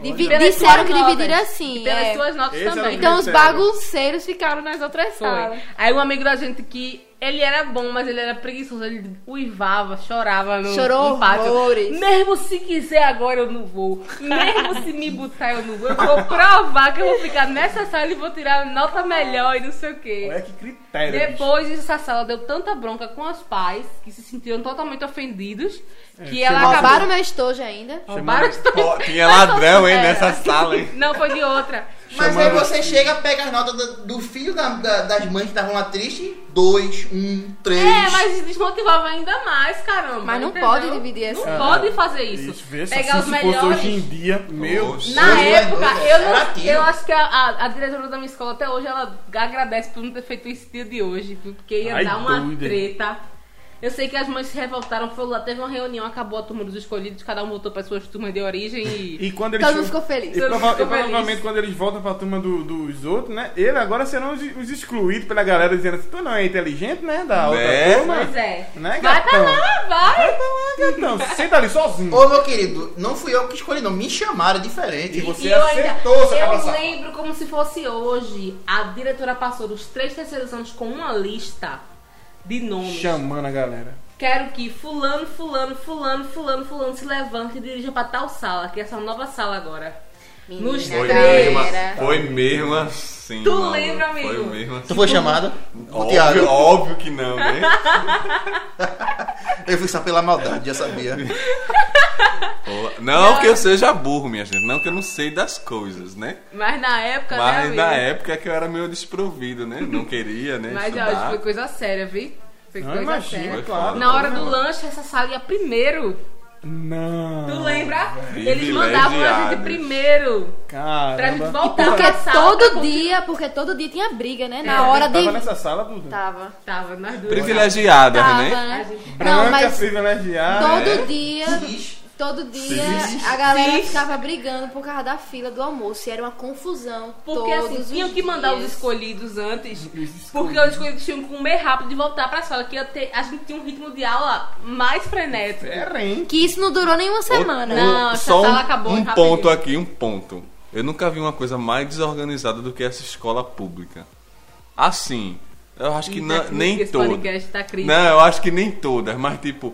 Divi- Pelas disseram suas que notas. dividiram assim. E pelas é. suas notas Esse era o também. Então os Disseram. bagunceiros ficaram nas outras Foi. salas. Aí um amigo da gente que ele era bom, mas ele era preguiçoso, ele uivava, chorava no, Chorou no pátio. horrores. Mesmo se quiser agora eu não vou. Mesmo se me botar eu não vou. Eu vou provar que eu vou ficar nessa sala e vou tirar nota melhor e não sei o quê. Olha que critério. bicho. Depois disso, essa sala deu tanta bronca com os pais que se sentiram totalmente ofendidos que ela Roubaram acabou. meu estojo ainda. Roubaram de todo- Pô, tinha ladrão, hein, É. nessa sala, hein? Não, foi de <laughs> outra. <laughs> Mas aí você chega, pega as notas do, do filho da- da- das mães que estavam lá triste. Dois, um, três. É, mas desmotivava ainda mais, caramba. Mas não entendeu? pode dividir Não assim. pode fazer isso. Bicho, vê se Pegar assim, os se fosse hoje melhores. em dia, meu. Oxe. Na Hoje é época, doido, eu, era não, tiro. eu acho que a, a- a diretora da minha escola até hoje ela agradece por não ter feito esse dia de hoje, viu? porque ia Ai, dar uma doida. treta. Eu sei que as mães se revoltaram, foi lá, teve uma reunião, acabou a turma dos escolhidos, cada um voltou para suas turmas de origem e. E quando eles Todo mundo chegam- ficou feliz. E Todo prova- mundo Então ficou e provavelmente feliz. quando eles voltam pra turma do- dos outros, né? Eles agora serão os, os excluídos pela galera dizendo assim, tu não é inteligente, né? Da outra Né? turma. Pois é. Né, vai pra gatão? lá, vai! Não, senta ali sozinho. Ô, meu querido, não fui eu que escolhi, não. Me chamaram, é diferente. E você eu acertou, ainda, seu cabra Eu safado. lembro como se fosse hoje. A diretora passou dos três terceiros anos com uma lista de nomes. assim, Chamando a galera. Quero que fulano, fulano, fulano, fulano, fulano se levante e dirija pra tal sala, que é essa nova sala agora. Nos Menina, Foi três. mesmo, Galera. foi mesmo assim. Tu maluco. lembra, amigo? Foi mesmo assim. Tu foi chamada? O Thiago. Óbvio, óbvio que não, <laughs> né? Eu fui só pela maldade, já sabia. Pô, Não, que eu seja burro, minha gente. Não que eu não sei das coisas, né? Mas na época, né, Mas amigo? na época é que eu era meio desprovido, né? Não queria, né? Mas estudar. ó, foi coisa séria, viu? Foi Não, coisa imagina, séria. claro. Na hora do lance. lanche, essa sala ia primeiro. Não. Tu lembra? Eles Ah, Privilegiados. mandavam a gente primeiro. Pra gente Caramba. voltar Porque pra sala. pra todo continuar. dia, porque todo dia tinha briga, né? É, Na hora de. Tava nessa sala, Tá. Duda. Tava. Tava, nós duas. Privilegiada, Tava, né? A né? gente- Branca, Não, mas privilegiada. todo dia. Todo dia a galera ficava brigando por causa da fila do almoço. E era uma confusão. Porque todos assim, os tinham que mandar os dias. escolhidos antes. Porque os escolhidos tinham que comer rápido e voltar pra sala. Que ia ter- a gente tinha um ritmo de aula mais frenético. É, hein? Que isso não durou nenhuma semana. Não, essa só sala um, acabou tá um rapidinho. ponto aqui, um ponto. Eu nunca vi uma coisa mais desorganizada do que essa escola pública. Assim, eu acho que Ih, tá na- crítico, nem Né? esse todas. podcast tá crítico. Não, eu acho que nem todas, mas tipo,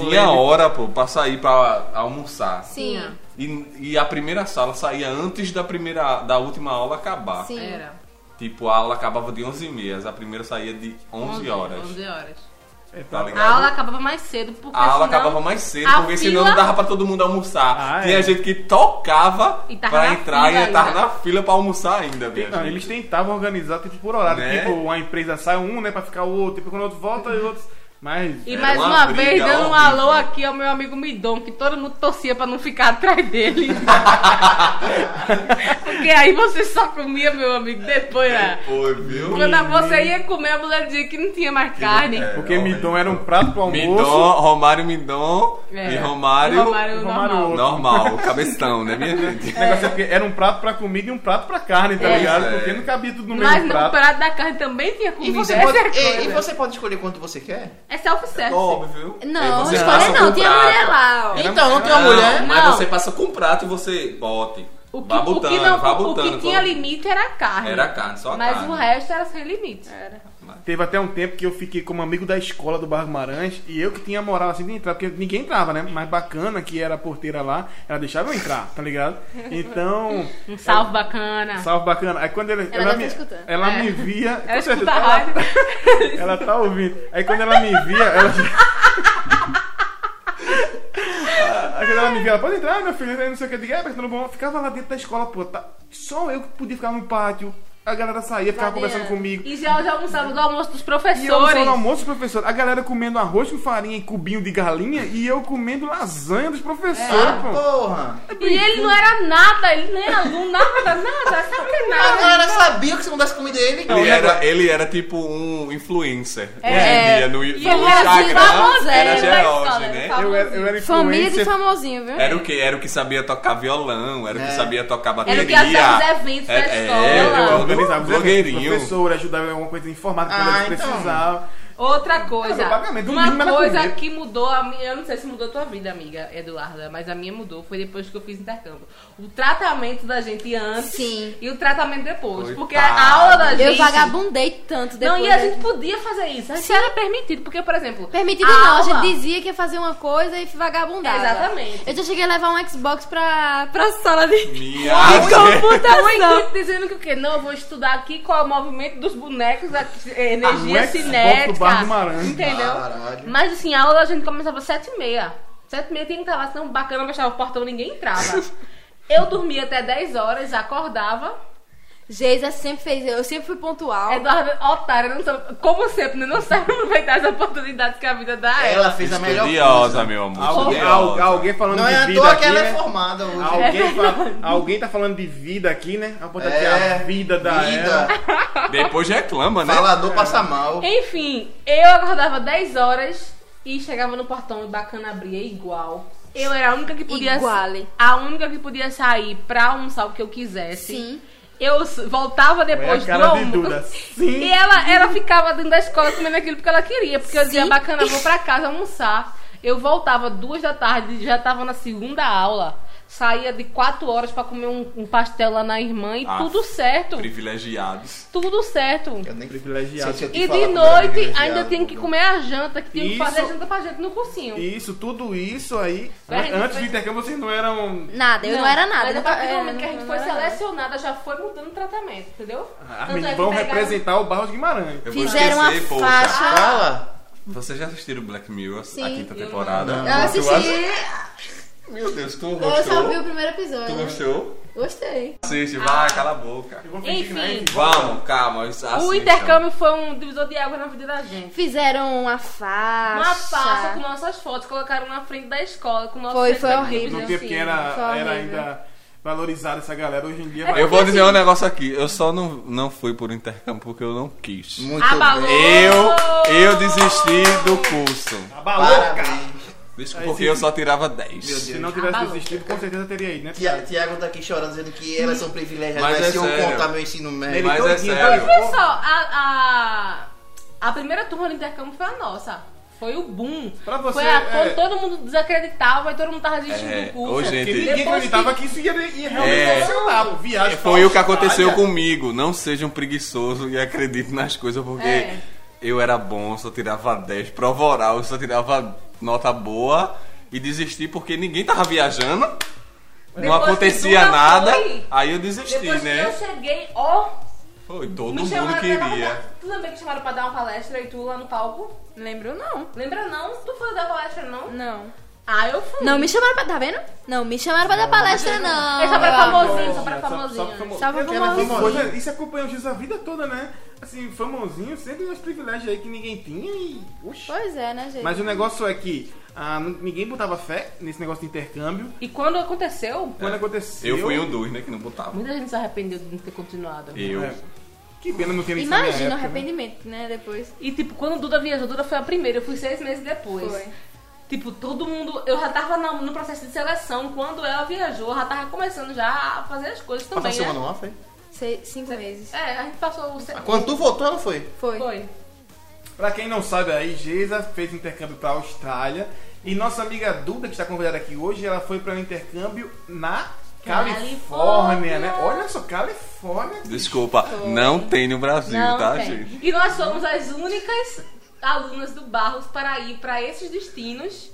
tinha hora, pô, pra sair pra almoçar. Sim, Tinha. E, e a primeira sala saía antes da primeira da última aula acabar. sim. Ah, Era. Tipo, a aula acabava de 11h30, a primeira saía de 11 horas. 11 horas. Tá Eita, ligado? A aula acabava mais cedo, porque A senão- aula acabava mais cedo, a porque senão fila- não dava pra todo mundo almoçar. Ah, Tinha é. gente que tocava E tava pra na entrar fila e tava ainda. na fila pra almoçar ainda, minha Não, gente. eles tentavam organizar tipo por horário, Né? tipo, uma empresa sai um, né, pra ficar o outro, tipo, quando o outro volta e outros. Mas E Era mais uma uma, briga vez, dando um horrível. alô aqui ao meu amigo Midon, que todo mundo torcia pra não ficar atrás <laughs> dele. Porque aí você só comia, meu amigo, depois, né? Foi, viu? Quando você ia comer, a mulher dizia que não tinha mais carne. É, porque homem. Midon era um prato pro almoço. Midon, é- Romário Midon É. e Romário, E Romário Romário normal. outro. normal, cabeção, né, minha gente? O negócio é porque era um prato pra comida e um prato pra carne, tá É. ligado? É. Porque não cabia tudo no Mas mesmo no prato. prato. da carne também tinha comida. E você, essa pode, é a coisa. e, e você pode escolher quanto você quer? É self-service. Óbvio. Não, Aí você escolha passa não, com tinha prato. mulher lá, ó. então, não tem uma Não, mulher? Mas Não. você passa com prato e você bote. O que, vá o botando, que, não- vá o que botando. tinha quando- limite era a carne. Era a carne, só a Mas carne. o resto era sem limite. Teve até um tempo que eu fiquei como amigo da escola do Barro Marans e eu que tinha moral assim de entrar, porque ninguém entrava, né? Mas bacana que era a porteira lá, ela deixava eu entrar, tá ligado? Então. Um salve bacana. Salve bacana. Aí quando ele, Ela deve me, estar escutando. ela É. me via. com Ela certeza, escuta a rádio. <laughs> Ela tá ouvindo. Aí quando ela me via, ela. <laughs> Aí quando ela me via, ela pode entrar, meu filho, aí não sei o que. Eu digo, é, mas tudo bom. Eu ficava lá dentro da escola, pô. Tá... Só eu que podia ficar no pátio. A galera saía, ficava conversando comigo. E já, já almoçava do almoço dos E eu almoçando professores. no almoço, professor. A galera comendo arroz com farinha e cubinho de galinha. E eu comendo lasanha dos professores, É. Ah, pô. porra! E ele não era nada, ele nem era aluno, nada, nada, A sacanagem. galera sabia que se mudasse comida ele. Ele era, ele era tipo um influencer. É. Hoje em dia, no, E no ele era assim, Instagram, famoso, é, era ele era George, famoso. né? Eu era, eu era Família de influencer. famosinho, viu? Era o que? Era o que sabia tocar violão, era o que É. sabia tocar bateria. Era o que achava os eventos da É, é, Eu eu escola. organizava organizava os os eventos, blogueirinho. professor, ajudava em alguma é coisa informática quando Ah, eles então. precisavam. Outra coisa. Não, pagamento, o mínimo é uma era coisa comer. que mudou a minha. Eu não sei se mudou a tua vida, amiga Eduarda, mas a minha mudou. Foi depois que eu fiz intercâmbio. O tratamento da gente antes Sim. e o tratamento depois. Porque a Coitado. aula da gente. Eu vagabundei tanto depois. Não, e a né? gente podia fazer isso. A gente Sim. era permitido. Porque, por exemplo. Permitido a não, a aula- gente dizia que ia fazer uma coisa e vagabundava. Exatamente. Eu já cheguei a levar um Xbox pra, pra sala de Minha é computação. Muito dizendo que o quê? Não, eu vou estudar aqui qual é o movimento dos bonecos, a energia Ah, o Xbox do Bar cinética. do Maranhão. entendeu? Caralho. Mas assim, a aula a gente começava às sete e meia. Sete e meia tinha que estar lá, senão bacana, fechava o portão, ninguém entrava. eu dormia até 10 horas, acordava. Geisa sempre fez, eu sempre fui pontual. Eduardo, otário, não sabe, como sempre, né? não sabe aproveitar as oportunidades que a vida dá a Ela ela. fez a melhor Estudiosa, coisa. meu amor. Alguém, estudiosa. al- alguém falando Não é de à vida toa aqui, que ela é né? formada hoje. Alguém, fa- alguém tá falando de vida aqui, né? Vou botar aqui É, a vida da ela. Vida. Depois reclama, né? Falador passa mal. Enfim, eu acordava 10 horas e chegava no portão e bacana abria igual. Eu era a única que podia Iguale. a única que podia sair pra almoçar o que eu quisesse. Sim. Eu s- voltava depois Olha a cara do de Duda. almoço. Sim. E ela, ela ficava dentro da escola comendo aquilo porque ela queria. Porque eu dizia, Sim. bacana, vou pra casa almoçar. Eu voltava duas da tarde, já tava na segunda aula. Saía de quatro horas pra comer um, um pastel lá na irmã e Ah, tudo certo. Privilegiados. Tudo certo. Eu nem Privilegiado. sei se eu te E falar de como era noite privilegiado, ainda tem que viu? comer a janta, que tem que fazer assim, Isso. janta pra gente no cursinho. Isso, tudo isso aí. né? Vai, antes vai. do intercâmbio vocês não eram. Nada, eu não, era nada. Mas a nunca- partir do é, momento que a gente não foi era nada. selecionada, já foi mudando o tratamento, entendeu? Ah, Tanto é que vão pegaram- representar o Barros Guimarães. Eu Fizeram vou uma esquecer, poxa. faixa. Fala. Vocês já assistiram Black Mirror, a Sim. quinta temporada? Eu assisti, Meu Deus, tu eu só vi o gostou? primeiro Tu episódio. gostou? Gostei. Assiste, Ah. vai, cala a boca. Eu vou fingir que não é Enfim. isso. Vamos, calma. Assista. assim, O intercâmbio então. foi um divisor de água na vida da gente. Fizeram uma faixa. Uma pasta com nossas fotos, colocaram na frente da escola com nossos Foi- foi respectivos No horrível. tempo que Só era, era horrível. ainda valorizada essa galera, hoje em É. dia é Eu vou assim- dizer um negócio aqui. Eu só não, não fui por intercâmbio porque eu não quis. Muito Abalou. bem. Oh! Eu, eu desisti do curso. Abalou, cara. Parabéns. Isso porque eu só tirava 10. Meu Deus. Se não tivesse Abalou. desistido, com certeza teria ido, né? Tia- Tiago tá aqui chorando, dizendo que elas são privilegiadas. Mas Mas, é se eu sério. contar meu ensino médio. Mas é todinho, sério. todinho. Olha só, a, a, a primeira turma do intercâmbio foi a nossa. Foi o boom. Pra você, foi a, quando é. todo mundo desacreditava e todo mundo tava desistindo É, do curso. ô, gente. Porque ninguém Depois acreditava que- que isso ia, ia É. realmente funcionar. o Viagem Foi pra o que aconteceu Austrália. comigo. Não sejam preguiçosos e acreditem nas coisas, porque É. eu era bom, só tirava 10. Prova oral, eu só tirava nota boa e desisti porque ninguém tava viajando. não Depois que acontecia Duda nada. foi, aí eu desisti, Depois que eu né? cheguei, ó, Foi, todo me mundo chamaram pra queria. dar- Tu lembra que chamaram pra dar uma palestra e tu lá no palco? Lembro não. Lembra não? Tu foi dar palestra não? Não. Ah, eu fui. Não me chamaram pra. Tá vendo? Não me chamaram pra dar palestra, não. É só pra famosinho, só pra Só- só- só famosinho. famoso. Só pra Porque famosinho. essas coisas- Isso acompanhou Jesus a vida toda, né? Assim, famosinho, sempre uns privilégios aí que ninguém tinha e. Oxi. Pois é, né, gente? Mas o negócio é que ah, n- ninguém botava fé nesse negócio de intercâmbio. E quando aconteceu, Quando aconteceu. É. Eu fui um dos, né, que não botava. muita gente se arrependeu de não ter continuado. Eu. É. Que pena não ter nem Imagina o época, né? arrependimento, né? Depois. E tipo, quando Duda viajou, Duda foi a primeira, eu fui seis meses depois. Foi. Tipo, todo mundo. Eu já tava na- no processo de seleção. Quando ela viajou, eu já tava começando já a fazer as coisas também. Passou né? semana off, hein? Seis, cinco meses. É, a gente passou o. se- Quando tu voltou, ela foi. Foi. Foi. Pra quem não sabe aí, Geisa fez intercâmbio pra Austrália. E nossa amiga Duda, que está convidada aqui hoje, ela foi para intercâmbio na Califórnia, Califórnia. né? Olha só, Califórnia. Desculpa, não tem no Brasil, Não tá, tem. gente? E nós somos as únicas alunas do Barros para ir para esses destinos.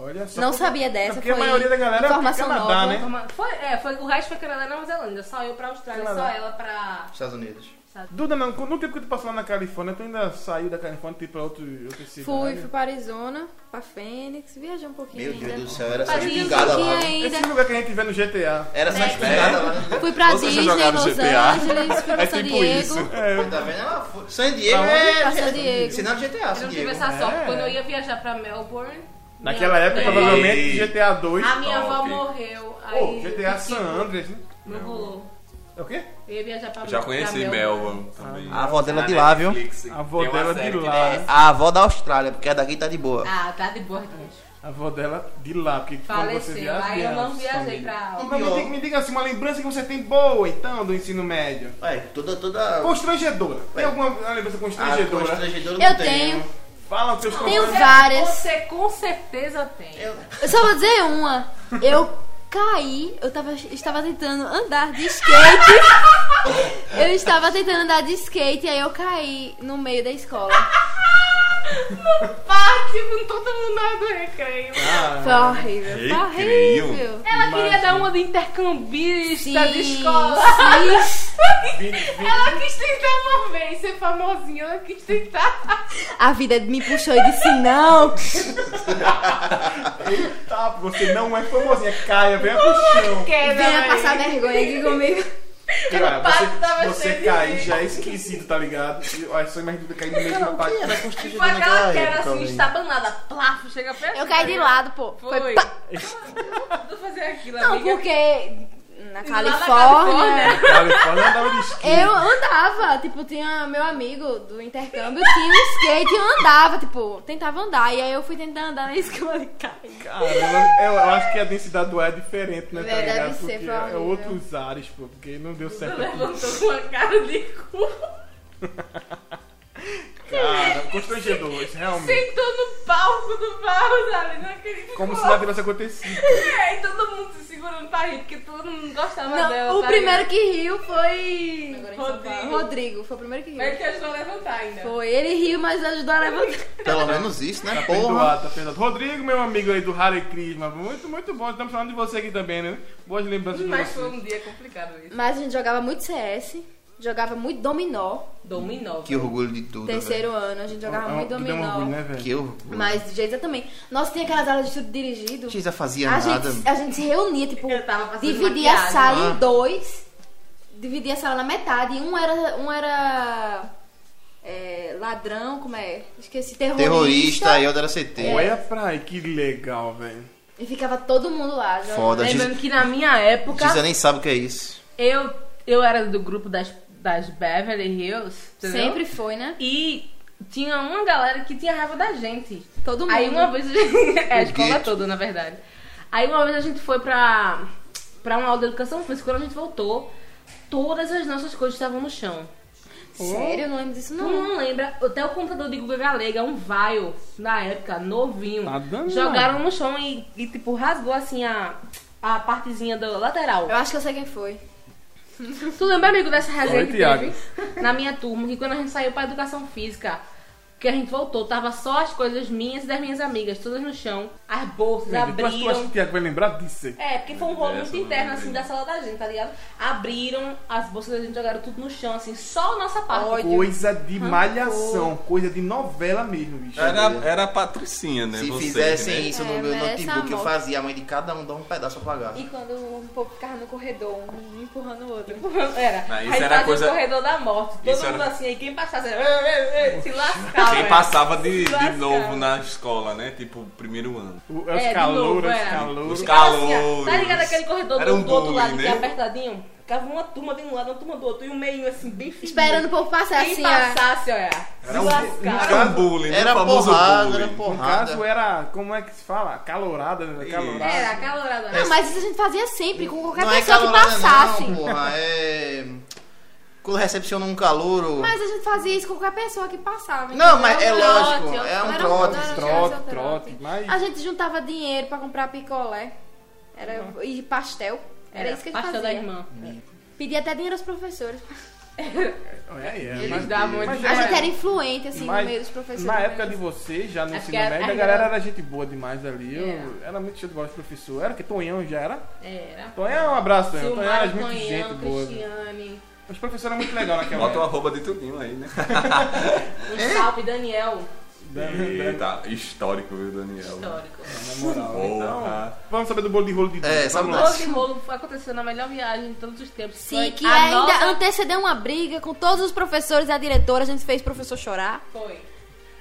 Olha só. Não como- sabia dessa. Porque a foi maioria da galera é informação nova. Canadá, né? Foi, é, foi, o resto foi Canadá e Nova Zelândia. Só eu pra Austrália, Canadá. só ela pra. Estados Unidos. Duda, não, no tempo que tu passou lá na Califórnia, tu ainda saiu da Califórnia e foi pra outro, né? outra cidade? Fui, fui pra Arizona, pra Fênix, viajei um pouquinho Meu ainda. Deus do céu, era só Fazia um espingada lá. pouquinho né? ainda. Esse lugar que a gente vê no GTA. Era só É. espingada lá. né? Fui pra Vocês já Disney, Los jogaram GTA? Angeles, fui pra É São tipo Diego. isso. Tá vendo? Ela foi. San Diego Pra é. Tá Pra San Diego. Sinal de GTA, Eu San não tive Diego. essa sorte. É. Quando eu ia viajar pra Melbourne. Naquela minha- época, É. provavelmente, GTA 2. A minha avó Top. morreu. Pô, Aí, GTA San Andreas, né? Não rolou. É o quê? Eu ia viajar pra Já pra conheci Melbourne também. A avó dela de lá, viu? Netflix. A avó Tem uma dela de série que é lá. tem- A avó da Austrália, porque a daqui tá de boa. Ah, tá de boa, então. A avó dela de lá, porque quando você Faleceu. viaja... Aí eu não viaja viajei pra Não, aula. mas me, diga, me diga assim, uma lembrança que você tem boa, então, do ensino médio. Ué, toda, toda... Constrangedora. Ué. Tem alguma lembrança Ah, constrangedora? constrangedora Eu não tenho. Fala os seus Tenho problemas. várias. Você com certeza tem. Eu só vou dizer uma. Eu caí, eu tava, estava tentando andar de skate. Eu estava tentando andar de skate e aí eu caí no meio da escola. Parte com todo mundo na hora do recreio. Foi Ah, horrível. Foi tá Recreio? horrível. Ela queria dar É uma de intercambista tá de Sim, escola. sim. Ela quis tentar uma vez ser famosinha, ela quis tentar. A vida me puxou e disse não. Tá, você não é famosinha. Caia, venha pro chão. Queda, Venha velho. passar vergonha aqui comigo. Cara, O pato tava você, você cheio de cair gente. já é esquisito, tá ligado? Olha, só imagina tu cair no meio de um uma parte. Era Tipo constrangedora aquela naquela queda é época, né? assim, velho. estabanada, plafo, chega perto. Eu caí de lado, pô. Foi. Foi Foi. pá. Vou fazer aquilo, Não, amiga. porque na Lá na Califórnia. Califórnia andava de esqui. Eu andava, tipo, tinha meu amigo do intercâmbio, tinha um skate e eu andava, tipo, tentava andar. E aí eu fui tentando andar na <laughs> escola e caí. Cara, eu, eu acho que a densidade do ar é diferente, né? É, tá ligado? deve ser, porque é provavelmente. outros ares, pô, porque não deu certo. aqui. Levantou com uma cara de cu. Cara, constrangedor, isso realmente. Sentou no palco do barro, sabe? Naquele Como se palco. nada tivesse acontecido. E é? aí todo mundo se segurando pra rir, porque todo mundo gostava Não, dela. o tá primeiro ligado? que riu foi. Rodrigo. Rodrigo, foi o primeiro que Mas riu. é que ajudou a levantar ainda. Foi, ele riu, mas ajudou a levantar. Pelo menos isso, né? Porra. Perdoado, tá perdoado. Rodrigo, meu amigo aí do Hare Krishna, muito, muito bom. Estamos falando de você aqui também, né? Boas lembranças Mas de foi você. um dia complicado isso. Mas a gente jogava muito CS, jogava muito dominó. Dominó. Que orgulho de tudo, Terceiro ano, a gente jogava muito que deu um dominó. orgulho, né, velho? velho. Que orgulho. Mas de jeito também. Nossa, tinha aquelas aulas de estudo dirigido. A gente já fazia A nada. gente, é a gente se reunia, tipo, Eu tava fazendo dividia a maquiagem. sala Ah. em dois, dividia a sala na metade, e um era, um era é, ladrão, como é? Esqueci, terrorista. Terrorista, eu era CT. É. Olha pra É. aí, que legal, velho. E ficava todo mundo lá. jogando. Foda, gente. Lembrando que na minha época, Giza nem sabe o que é isso. eu, eu era do grupo das, das Beverly Hills. Entendeu? Sempre foi, né? E tinha uma galera que tinha raiva da gente. Todo mundo. Aí uma vez. <laughs> <laughs> é a escola gueto. toda, na verdade. Aí uma vez a gente foi pra, pra uma aula de educação física. Quando a gente voltou, todas as nossas coisas estavam no chão. Sério, eu não lembro disso Tu não. não lembra? Até o computador de Guga Galega, um vaio, na época, novinho. Tá danado. jogaram no chão e, e, tipo, rasgou assim a, a partezinha da lateral. É. Eu acho que eu sei quem foi. Tu lembra, amigo, dessa resenha Oi, que Thiago. teve na minha turma, que quando a gente saiu pra educação física, que a gente voltou, tava só as coisas minhas e das minhas amigas, todas no chão, as bolsas Velho, tu acha- tu acha que o abriram. Tiago vai lembrar disso aí? É, porque foi um rolo muito Essa eu não interno, lembrei. assim, da sala da gente, tá ligado? Abriram as bolsas da gente, jogaram tudo no chão, assim, só a nossa parte. Coisa de malhação, coisa de novela mesmo, bicho. Entendeu? Era, era a Patricinha, né? Se Vocês, fizessem né? isso É, no meu merece notebook, eu amor. fazia a mãe de cada um dar um pedaço pra pagar. E quando um o povo ficava no corredor, um empurrando o outro. Era. Mas Aí isso era fazia coisa- o corredor da morte. Todo Isso mundo era- assim, aí quem passasse era- "Ei, ei, ei", se lascava. né? Quem velho. passava de, Se de lascava. novo na escola, né? Tipo, primeiro ano. O- Os É, de calouros, novo, os era. calouros. Os Ficava calouros. assim, ó, tá ligado aquele corredor Era do, um do outro lado bullying, que é né? apertadinho? Ficava uma turma de um lado, uma turma do outro, e o meio assim, bem fininho. Esperando o povo passar Quem assim, ó. passasse, olha. Era um- se lascava. um- Era um bullying, né? Era o famoso porrada, bullying. era No porrada. caso era, como é que se fala? Calorada, né? Calorada. Era, acalorado. né, Não, mas isso a gente fazia sempre, com qualquer Não é pessoa que calorada passasse. não, porra. <laughs> É... Quando recepciona um calouro... Mas a gente fazia isso com qualquer pessoa que Não, passava. entendeu? mas é Não lógico. trote, É um trote. era não era trote, chance, era trote, mas- A gente juntava dinheiro pra comprar picolé era, e pastel. Era, isso que a gente Uhum. pastel fazia. da irmã. Pedia até dinheiro aos professores. Olha aí, é, Eles mas- davam mas é, de- era- A gente era influente, assim, mas no meio dos professores. né? Na época de vocês, já no Acho ensino que era- médio, a era- galera era gente boa demais ali. Eu- Era. era muito cheio de bola de professor. Era que Tonhão já era? Era. Tonhão, um abraço, Tonhão. Tonhão era Silmar, muito gente Tonhão, boa. Cristiane, Os professores eram muito legais naquela Bota o época. arroba de tudinho aí, né? É. Gustavo e Um Daniel. Da- da- Eita, histórico, viu, Daniel? Histórico. Na né, moral. Então, Porra. vamos saber do bolo de rolo de É, sabe Vamos lá. Todo rolo aconteceu na melhor viagem de todos os tempos. Sim, Foi que a ainda nossa- antecedeu uma briga com todos os professores e a diretora. A gente fez o professor chorar. Foi.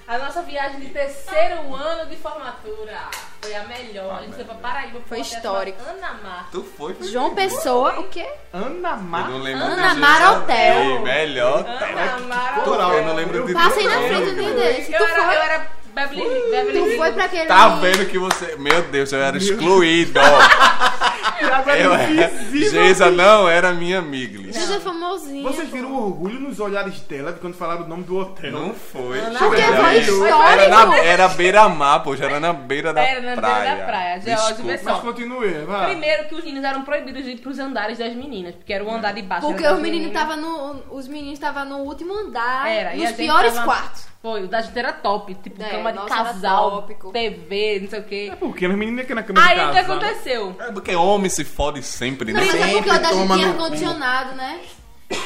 A nossa viagem de terceiro ano de formatura. Foi foi a melhor. A gente foi pra Paraíba. Foi uma festa histórico. chamada Anamar. Tu foi, foi. João Pessoa, o quê? Ana Eu não Mar... lembro Ana direito. Marotel. Ei, melhor. Anamar. Coral, tá eu não lembro de Passei na nada. frente do dia desse. Eu Tu era, eu foi, era Beverly Hills. Beverly tu Hills. foi pra aquele... Tá vendo que você. Meu Deus, eu era excluído. Agora é Eu É é. era. invisível. Geisa não era minha amiglis. Gisa famosinha. Vocês viram o orgulho nos olhares dela de quando falaram o nome do É. hotel. Não foi. Porque foi Era, na, histórico. era beira-mar, pô, já era na beira da Era na beira da praia. praia, Geórgio Desculpa. Versailles. Mas continue, vai. Primeiro que os meninos eram proibidos de ir pros andares das meninas, porque era o andar de baixo. Porque era os das meninos meninas. estavam no... Os meninos estavam no último andar. Era, e a Nos gente piores tava- quartos. Foi, o da gente era top, tipo, É, cama de nossa, era casal, tópico. TV, não sei o quê. É porque as meninas que na cama de Aí o que casa. né? aconteceu? É porque homem se fode sempre, né? Não, mas é porque Sempre o da gente toma tinha no cu. ar-condicionado, né?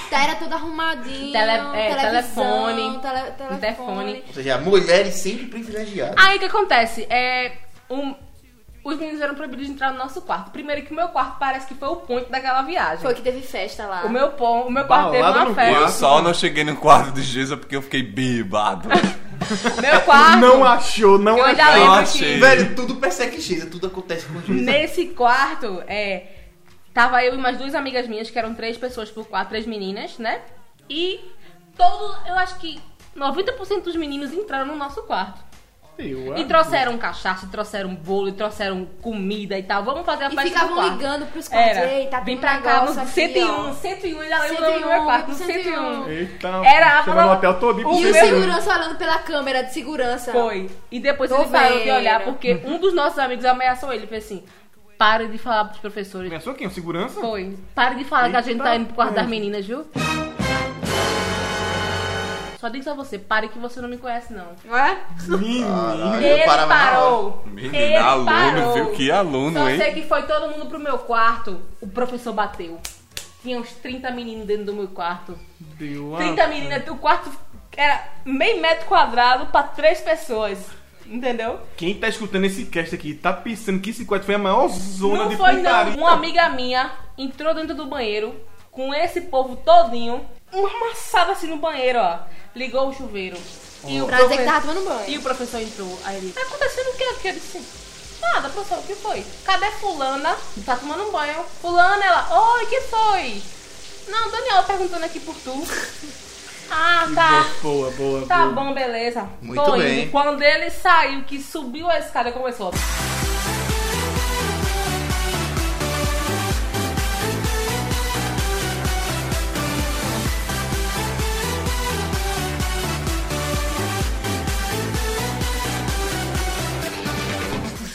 Tá, Era tudo arrumadinho. Tele- é, televisão, telefone, tele- telefone. Ou seja, mulheres sempre privilegiadas. Aí o que acontece? É, um- os meninos eram proibidos de entrar no nosso quarto. Primeiro que o meu quarto parece que foi o ponto daquela viagem. Foi que teve festa lá. O meu, pon- o meu quarto teve Balada uma no Eu festa. só não cheguei no quarto de Geisa porque eu fiquei bebado. Meu quarto. Não achou, não eu achou. ainda lembro achei. que Velho, tudo persegue X, é tudo acontece com X. nesse quarto, é, tava eu e mais duas amigas minhas, que eram três pessoas por quatro, três meninas, né? E todo, eu acho que 90% dos meninos entraram no nosso quarto. Eu, ah, E trouxeram cachaça, trouxeram bolo, trouxeram comida e tal. Vamos fazer a E festa no ficavam quarto. ligando pros quartos. Era. Eita, tem Vem um pra cá, negócio no aqui, 101, ó. 101, ainda lembro o nome do meu 101, quarto, no 101. 101. Eita, Era a chegou no palavra- hotel todo e assim, o E piscina. o meu- segurança olhando pela câmera de segurança. Foi. E depois ele parou de Doveira. olhar, porque um dos nossos amigos ameaçou ele. Fez assim, pare de falar pros professores. Pensou quem? O segurança? Foi. Pare de falar que a gente tá Eita indo pro quarto das porra. meninas, viu? Só digo a você, pare que você não me conhece, não. Ué? Caralho, eu Ele parava na hora. parou. Ele Menina, aluno, parou. viu? Que aluno, Só hein? sei que foi todo mundo pro meu quarto. O professor bateu. Tinha uns 30 meninos dentro do meu quarto. Deu uma- 30 meninas, o quarto era meio metro quadrado pra três pessoas. Entendeu? Quem tá escutando esse cast aqui tá pensando que esse quarto foi a maior zona Não um de foi putaria. não. Uma amiga minha entrou dentro do banheiro com esse povo todinho, uma amassada assim no banheiro, ó. Ligou o chuveiro. E o, Pra dizer profe- que tava tomando banho. e o professor entrou. Aí ele, tá acontecendo o que aqui? Eu disse, nada, professor, o que foi? Cadê fulana? Tá tomando um banho. Fulana, ela, oi, que foi? Não, Daniel perguntando aqui por tu. <laughs> Ah, tá. Boa, boa, Tá boa. bom, beleza. Muito Tô bem. indo. Quando ele saiu, que subiu a escada, começou.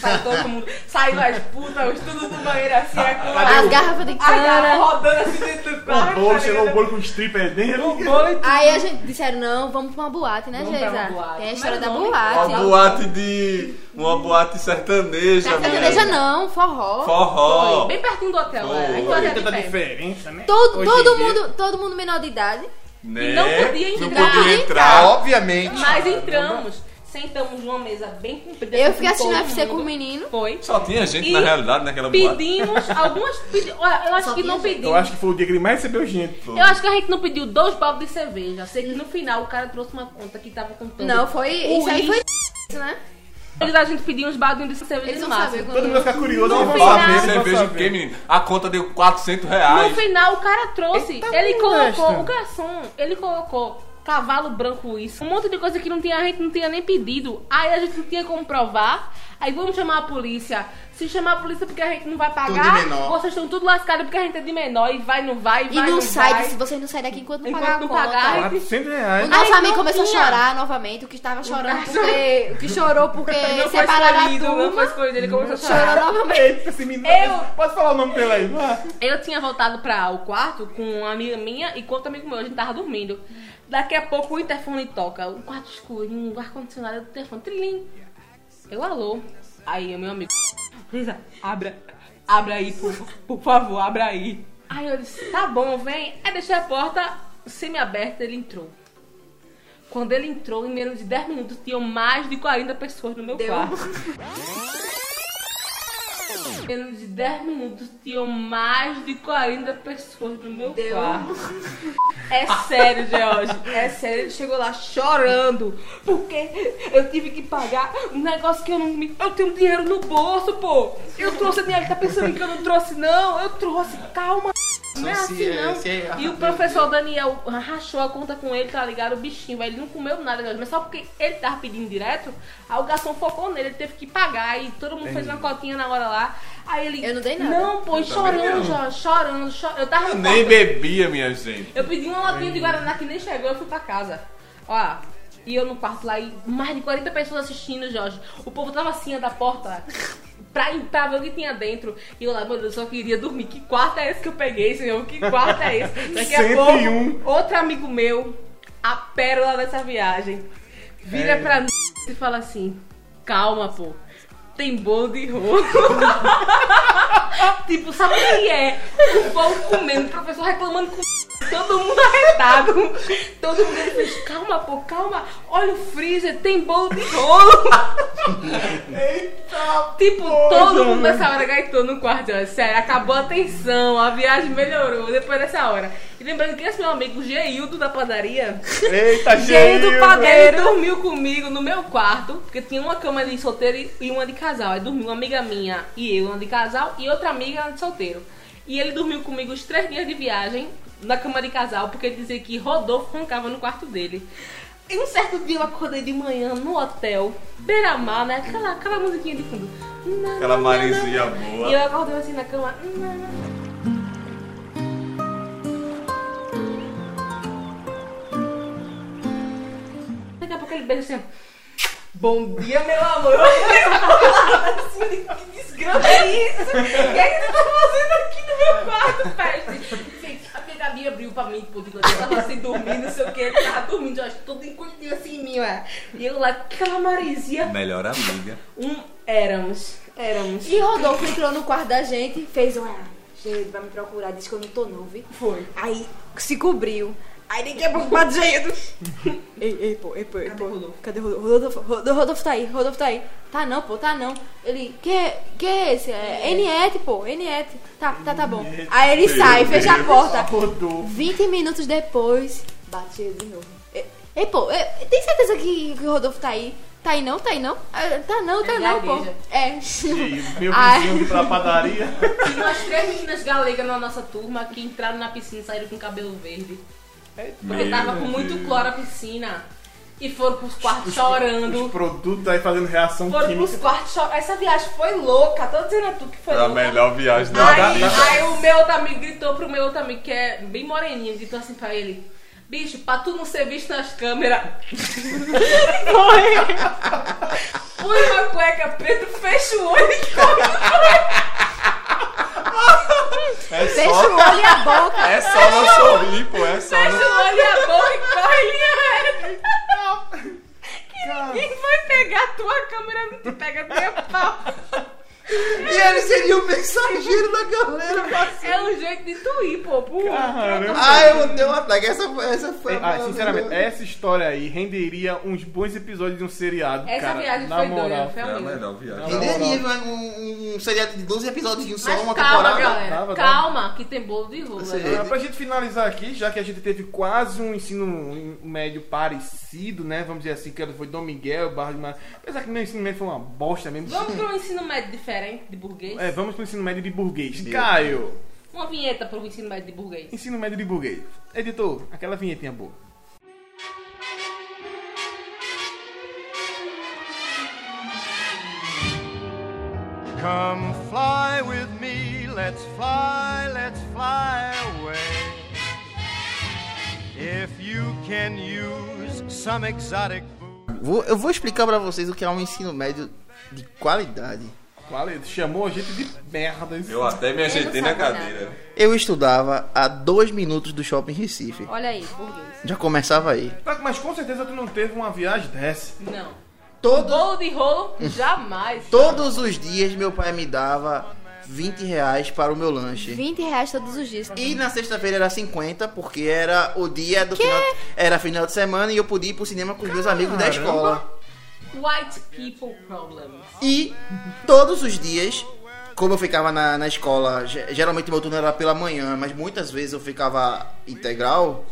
Saiu todo mundo. Saiu as putas, os tudo do banheiro assim, As aquilo. garrafas de A galera cana. rodando assim dentro do Ah. O quarto. bolo, tá chegou o ligado? bolo com é stripper dentro. O bolo é e tudo. Aí a gente disseram, não, vamos pra uma boate, né, Vamos pra uma boate. Geisa? Tem a história Mas da vamos- boate. Uma boate de. Uma boate sertaneja. Sertaneja menina. não, forró. Forró. Foi, Bem pertinho do hotel, Foi. né? Aí Olha, hotel de Tanta pé. diferença, né? Todo, Hoje em todo, dia. mundo, todo mundo menor de idade. Né? E não podia Não entrar. podia Ah, entrar. Obviamente. Tá, Mas entramos, sentamos numa mesa bem comprida. Eu assim, fiquei assistindo todo UFC com mundo. o menino. Foi. Só tinha gente E na realidade naquela boate. Pedimos algumas. pedi- Olha, eu acho Só que não tinha gente. pedimos. Eu acho que foi o dia que ele mais recebeu gente. Eu acho que a gente não pediu dois baldes de cerveja. Sei que no final o cara trouxe uma conta que tava contando. Não, foi. Isso aí foi. Isso, né? Eles a gente pediu uns baldinhos de cerveja Eles no vão máximo. saber Todo mundo vai quando. ficar curioso. No eu vou final- saber, eu vou Cerveja o saber. quê, menino? A conta deu 400 reais. No final o cara trouxe, Eita, ele molesta. colocou, o garçom, ele colocou cavalo branco isso, um monte de coisa que não tinha, a gente não tinha nem pedido. Aí a gente não tinha como provar. Aí vamos chamar a polícia. Se chamar a polícia porque a gente não vai Tudo pagar, de menor. vocês estão tudo lascados porque a gente é de menor e vai, não vai, E vai, não sai, vai. disse, vocês não saem daqui enquanto não Enquanto pagar a não conta. pagar, R$ 400 O reais. Ai, nosso não amigo começou tinha. a chorar novamente, o que estava chorando braço. porque. O que chorou <laughs> porque Não foi separaram a escolhido, não foi turma. escolhido, ele começou assim. a chorar. Chorou novamente. Eita, esse menino. Eu- Pode falar o nome dele aí. vai. Eu tinha voltado pra o quarto com uma amiga minha e com outro amigo meu, a gente tava dormindo. Daqui a pouco o interfone toca, o quarto escuro, um ar-condicionado do interfone, trilim. Eu alô. Aí o meu amigo, Luísa, abra, abra aí, por, por favor, abra aí. Aí eu disse, tá bom, vem. Aí deixei a porta semi-aberta, ele entrou. Quando ele entrou, em menos de 10 minutos, tinham mais de 40 pessoas no meu quarto. Menos de 10 minutos tinham mais de 40 pessoas no meu quarto. É sério, George. É sério, ele chegou lá chorando. Porque eu tive que pagar um negócio que eu não me. Eu tenho um dinheiro no bolso, pô. Eu trouxe dinheiro, tá pensando que eu não trouxe, não? Eu trouxe, calma. Não é Se- assim, não. se- E o professor Daniel rachou a conta com ele, tá ligado? O bichinho, velho, ele não comeu nada, mas só porque ele tava pedindo direto, aí o garçom focou nele, ele teve que pagar e todo mundo fez uma cotinha na hora lá. Aí ele. Eu não dei nada. Não, pô, chorando, Jorge, chorando, chorando. Eu tava Eu no nem quarto. bebia, minha gente. Eu pedi uma latinha de Guaraná que nem chegou, eu fui pra casa. Ó, e eu no quarto lá, e mais de 40 pessoas assistindo, Jorge. O povo tava assim, ó, da porta, pra, pra ver o que tinha dentro. E eu lá, mano, eu só queria dormir. Que quarto é esse que eu peguei, senhor? Que quarto é esse? Daqui a 101. pouco, outro amigo meu, a pérola dessa viagem, vira pra mim e fala assim, calma, pô. Tem bolo de <laughs> rolo. tipo, sabe o que é? O povo comendo, o professor reclamando com Todo mundo arretado. Todo mundo fez, calma, pô, calma. Olha o freezer, tem bolo de rolo. tipo, todo mundo nessa hora gaitou no quarto. ó, Sério, acabou a tensão, a viagem melhorou depois dessa hora. E lembrando que esse meu amigo, Geildo da padaria, Eita, Cheio do Geildo. padeiro dormiu comigo no meu quarto, porque tinha uma cama de solteiro e- e uma de casal. Aí dormiu uma amiga minha e eu, uma de casal, e outra amiga de solteiro. E ele dormiu comigo os três dias de viagem na cama de casal, porque ele dizia que Rodolfo roncava no quarto dele. E um certo dia eu acordei de manhã no hotel, beira-mar, né? Aquela, aquela musiquinha de fundo. Na, na, Aquela na, na. maresia boa. E eu acordei assim na cama. na, na, na. Daqui a pouco ele beija assim. ó. Bom dia, meu amor. assim, que desgrama é isso? O que é que você tá fazendo aqui no meu quarto, peste? Gente, a minha Gabi abriu pra mim, pô, digo, eu tava assim dormindo, não sei o que, ele tava dormindo, eu acho, todo encolhido assim em mim, ué. E eu lá, aquela maresia. Melhor amiga. Um, éramos, éramos. E Rodolfo entrou no quarto da gente, fez um. "Ah, Gente, vai me procurar, disse que eu não tô nuvem. Foi. Aí se cobriu. Aí ninguém é preocupado de jeito. ei, ei, pô, ei, pô, ei, Cadê pô. Rodolfo? Cadê o Rodolfo? Rodolfo? Rodolfo tá aí, Rodolfo tá aí. Tá não, pô, tá não. Ele, que, que é esse? É Eniete, pô, Eniete. Tá, tá, tá bom. Aí ele sai, fecha a porta. Rodolfo. 20 minutos depois, bate cheio de novo. E- Ei, pô, e- tem certeza que, que o Rodolfo tá aí? Tá aí não? Tá aí não? Ah, Tá não, tá Ele não, pô. gagueja. É. Meu Ai. vizinho de pra padaria. Tinha umas três meninas galegas na nossa turma que entraram na piscina e saíram com cabelo verde. Porque Meu tava com muito cloro a piscina. E foram pros quartos chorando. Os produtos aí fazendo reação Foram pros química. Tá quartos chorando. Essa viagem foi louca. Tô dizendo a tu que foi Foi É a louca. melhor viagem da Aí, vida. aí o meu outro amigo gritou pro meu outro amigo, que é bem moreninho, gritou assim pra ele. Bicho, pra tu não ser visto nas câmeras. Põe uma cueca preta, fecha o olho <laughs> e <laughs> É Fecha o só, olho e a boca. é só não sorrir, pô. É só Fecha não... o olho e a boca e corre linha reta. Ah, Ninguém vai pegar a tua câmera, não te pega nem a <laughs> pau. E ele seria o mensageiro da galera. É um jeito de tu ir, pô. pro- assim? Caramba. Ai, eu dei um ataque. Essa, foi- essa foi a Ah, sinceramente, essa história aí renderia uns bons episódios de um seriado, Essa cara. viagem na foi moral. doida, foi É a horrível. melhor viagem. Renderia um, um, um seriado de 12 episódios em um só, Mas uma calma, temporada. galera. Tava, tava. calma, que tem bolo de né? rolo. Você- aí. Ah, pra gente finalizar aqui, já que a gente teve quase um ensino médio parecido, né? Vamos dizer assim, que foi Dom Miguel, Barra de Mar... Apesar que meu ensino médio foi uma bosta mesmo. Vamos para um ensino médio diferente de burguês? É, vamos pro ensino médio de burguês. Caio, Uma vinheta para o ensino médio de burguês. ensino médio de burguês. Editor, aquela vinhetinha boa. Come fly with me, let's fly, let's fly away. If you can use some exotic food. Vou- eu vou explicar pra vocês o que é um ensino médio de qualidade. Qual é? Chamou a gente de merda. Eu até me ajeitei na sabe nada. cadeira. Eu estudava a dois minutos do shopping Recife. Olha aí, burguês. Já começava aí. Mas com certeza tu não teve uma viagem dessa. Não. Todo, Bolo de rolo? Jamais. todos os dias meu pai me dava 20 reais para o meu lanche. 20 reais todos os dias. E na sexta-feira era 50, porque era o dia do final. Era final de semana e eu podia ir pro cinema com os meus amigos da escola. White people problems. E todos os dias Como eu ficava na, na escola, ge- geralmente meu turno era pela manhã, mas muitas vezes eu ficava integral.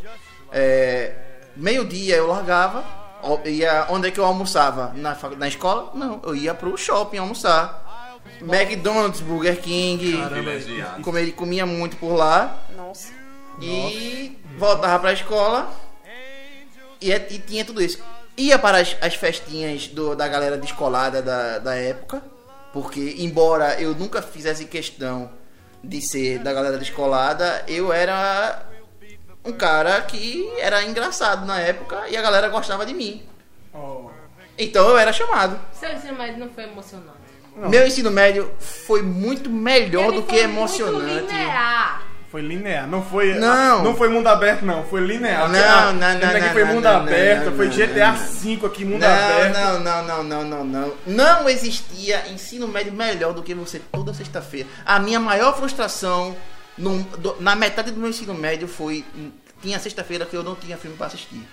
é, Meio-dia eu largava, ó, ia, onde é que eu almoçava? Na, facu- na escola? Não, eu ia pro shopping almoçar. McDonald's, Burger King, Privilegiado. comer, comia muito por lá. Nossa. E voltava pra escola e, é- e tinha tudo isso. Ia para as, as festinhas do- da galera descolada da, da época, porque embora eu nunca fizesse questão de ser da galera descolada, eu era um cara que era engraçado na época e a galera gostava de mim. Oh. Então eu era chamado. Seu ensino médio não foi emocionante. Meu ensino médio foi muito melhor Ele do que é foi emocionante. Muito né? linear. Foi linear, não foi. Não. Não foi mundo aberto, não. Foi linear. Não, Ah, não, não, esse aqui não, foi não, mundo não, aberto, não, foi não, GTA não, não. V aqui, mundo aberto. Não, não, não, não, não, não. Não existia ensino médio melhor do que você toda sexta-feira. A minha maior frustração num- do- na metade do meu ensino médio foi. hum, Tinha sexta-feira que eu não tinha filme pra assistir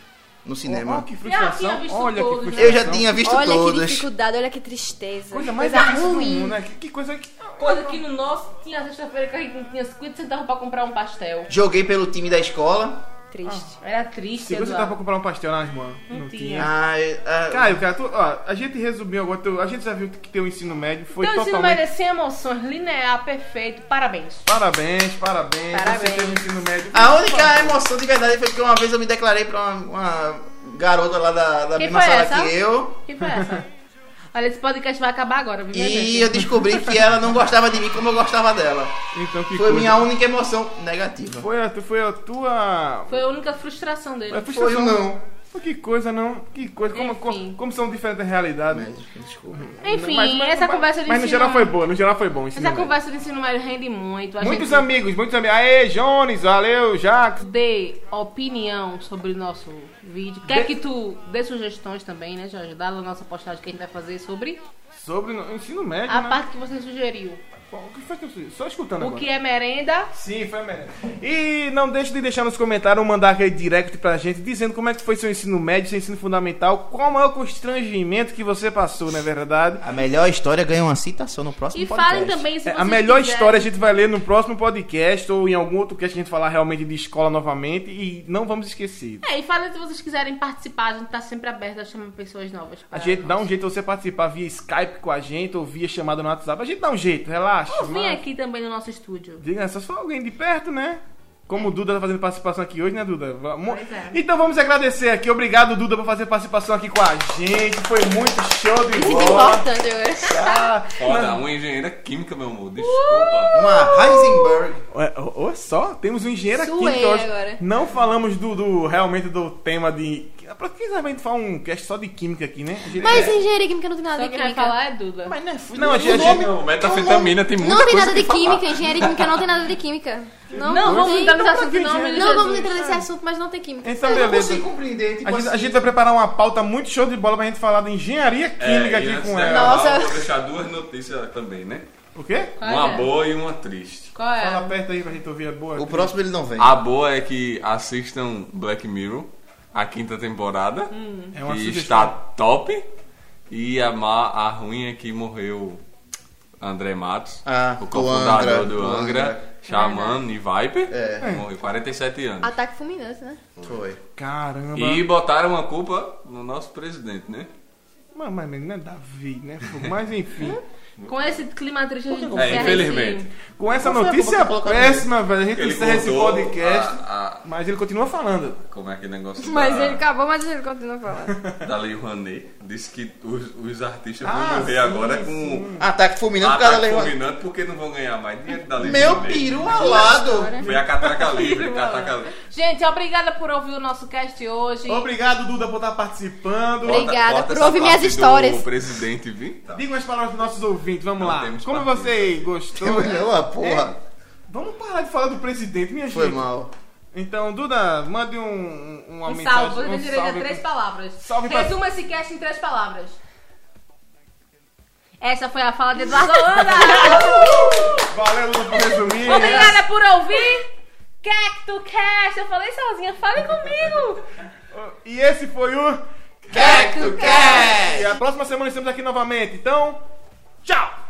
no Olha cinema. que Eu frustração. tinha visto Olha que todos, né? frustração. né, Eu já tinha visto Olha que todos. dificuldade, olha que tristeza. Coisa mais difícil do mundo, né? Que, que coisa que. Coisa que no nosso tinha sexta-feira que a gente tinha 50 centavos pra comprar um pastel. Joguei pelo time da escola. Triste. Era triste, Se você tava pra Eduardo. comprar um pastel nas mãos, Não não tinha. tinha. Ah, é- ah, Caio, cara, tu, ó, a gente resumiu agora, teu- a gente já viu que teu ensino médio foi Então, ensino totalmente... médio é sem emoções, linear, perfeito, parabéns. Parabéns, parabéns, você Parabéns. teve um ensino médio... a única emoção de verdade foi que uma vez eu me declarei pra uma, uma garota lá da, da Quem mesma foi sala essa? que eu. Que foi <laughs> essa? Olha, esse podcast vai acabar agora, viu? minha E gente? eu descobri que ela não gostava de mim como eu gostava dela. Então, que Foi coisa. minha única emoção negativa. Foi a, tu- foi a tua... É, Foi a única frustração dele. a Foi frustração. o não. Pô, um- Que coisa, não? Que coisa, como, Enfim. como, como são diferentes as realidades. Desculpa. Enfim, essa conversa de Mas no ensino- geral foi boa, no geral foi bom o ensino Essa médio. conversa de ensino médio rende muito. A Muitos gente amigos, muitos amigos. Aê, Jones, valeu, Jacques. dê opinião sobre o nosso vídeo. Quer que tu dê sugestões também, né, Jorge? Dá na nossa postagem que a gente vai fazer sobre Sobre o ensino médio, a né? parte que você sugeriu. Pô, O que foi que eu... fiz? Só escutando O agora. que é merenda? Sim, foi mesmo. E não deixe de deixar nos comentários ou mandar aquele direct pra gente dizendo como é que foi seu ensino médio, seu ensino fundamental, qual o maior constrangimento que você passou, não é verdade? A melhor história ganha uma citação no próximo E podcast. falem também se É, vocês a melhor quiserem. história a gente vai ler no próximo podcast ou em algum outro cast que a gente falar realmente de escola novamente e não vamos esquecer. É, e falem se vocês quiserem participar, a gente tá sempre aberto a chamar pessoas novas. A pra gente dá nós. um jeito de você participar via Skype com a gente ou via chamada no WhatsApp. A gente dá um jeito, relaxa. Ou vem mas- aqui também no nosso estúdio. Diga, só só alguém de perto, né? Como o Duda tá fazendo participação aqui hoje, né, Duda? Vamos- Pois é. Então vamos agradecer aqui. Obrigado, Duda, por fazer participação aqui com a gente. Foi muito show de Muito bola. importante agora. Ah, Foda, uma engenheira química, meu Uh! amor. Desculpa. Uma Heisenberg. Ué, é, ô, ô, só, temos um engenheiro aqui Suei que hoje agora. não falamos do, do- realmente do tema de... Pra quem sabe a gente fala um cast só de química aqui, né? Mas engenharia química não tem nada Só de quem vai química. falar é Duda. Mas não é fui- Não, a gente- nome- O metafetamina tem muita Não tem coisa nada de que falar. química, engenharia química não tem nada de química. Não, Não, vamos tem. entrar nesse Então, pra assunto que em nome de gente? Não vamos Jesus. entrar nesse assunto, mas não tem química. Então, Eu não beleza. consigo compreender. Tipo A gente, a assim, gente vai preparar uma pauta muito show de bola pra gente falar da engenharia química É, e aqui antes com da ela. Carol, Nossa. Vou deixar duas notícias também, né? O quê? Qual uma é? boa e uma triste. Qual é? Fala perto aí pra gente ouvir a boa. O próximo ele não vem. A boa é que assistam Black Mirror, a quinta temporada, É uma que sugestão. está top. E a, má, a ruim é que morreu André Matos, Ah, o do cofundador Angra, do do Angra, Angra. Xamã e Viper. É. Morreu 47 anos. Ataque fulminante, né? Foi. Caramba. E botaram a culpa no nosso presidente, né? Mas, mas não é Davi, né? pô? <laughs> Mas enfim. Com esse clima triste a gente É, encerra infelizmente. esse- Com essa é Qual foi a notícia culpa que colocaram péssima, velho, a gente encerra esse contou podcast. a- a- Mas ele continua falando. como é que negócio Mas da, ele acabou, mas ele continua falando. da Lei Rouanet? Disse que os, os artistas Ah, vão morrer sim, agora sim. com Ataque fulminante por causa da ataque lei. fulminante porque não vão ganhar mais dinheiro da Lei Meu Rouanet. peru alado. Foi a catraca livre, catraca livre. Gente, obrigada por ouvir o nosso cast hoje. Obrigado, Duda, por estar participando. Obrigado. Obrigada Corta- corta por essa ouvir minhas parte histórias. Do presidente vir. Tá. Diga umas palavras para nossos ouvintes, vamos Não lá. temos Como partido. você gostou? Não, a porra. Vamos parar de falar do presidente, minha É. Foi gente. mal. Então, Duda, mande um, um, uma Um mensagem. salve, você tem um direito a salve três pra- palavras. Salve pra- Resuma esse cast em três palavras. Essa foi a fala de Eduardo Holanda. Valeu, Duda, por resumir. Obrigada por ouvir. Cacto Cast. Eu falei sozinha, fale comigo. E esse foi o... Cacto Cast! E a próxima semana estamos aqui novamente. Então, tchau!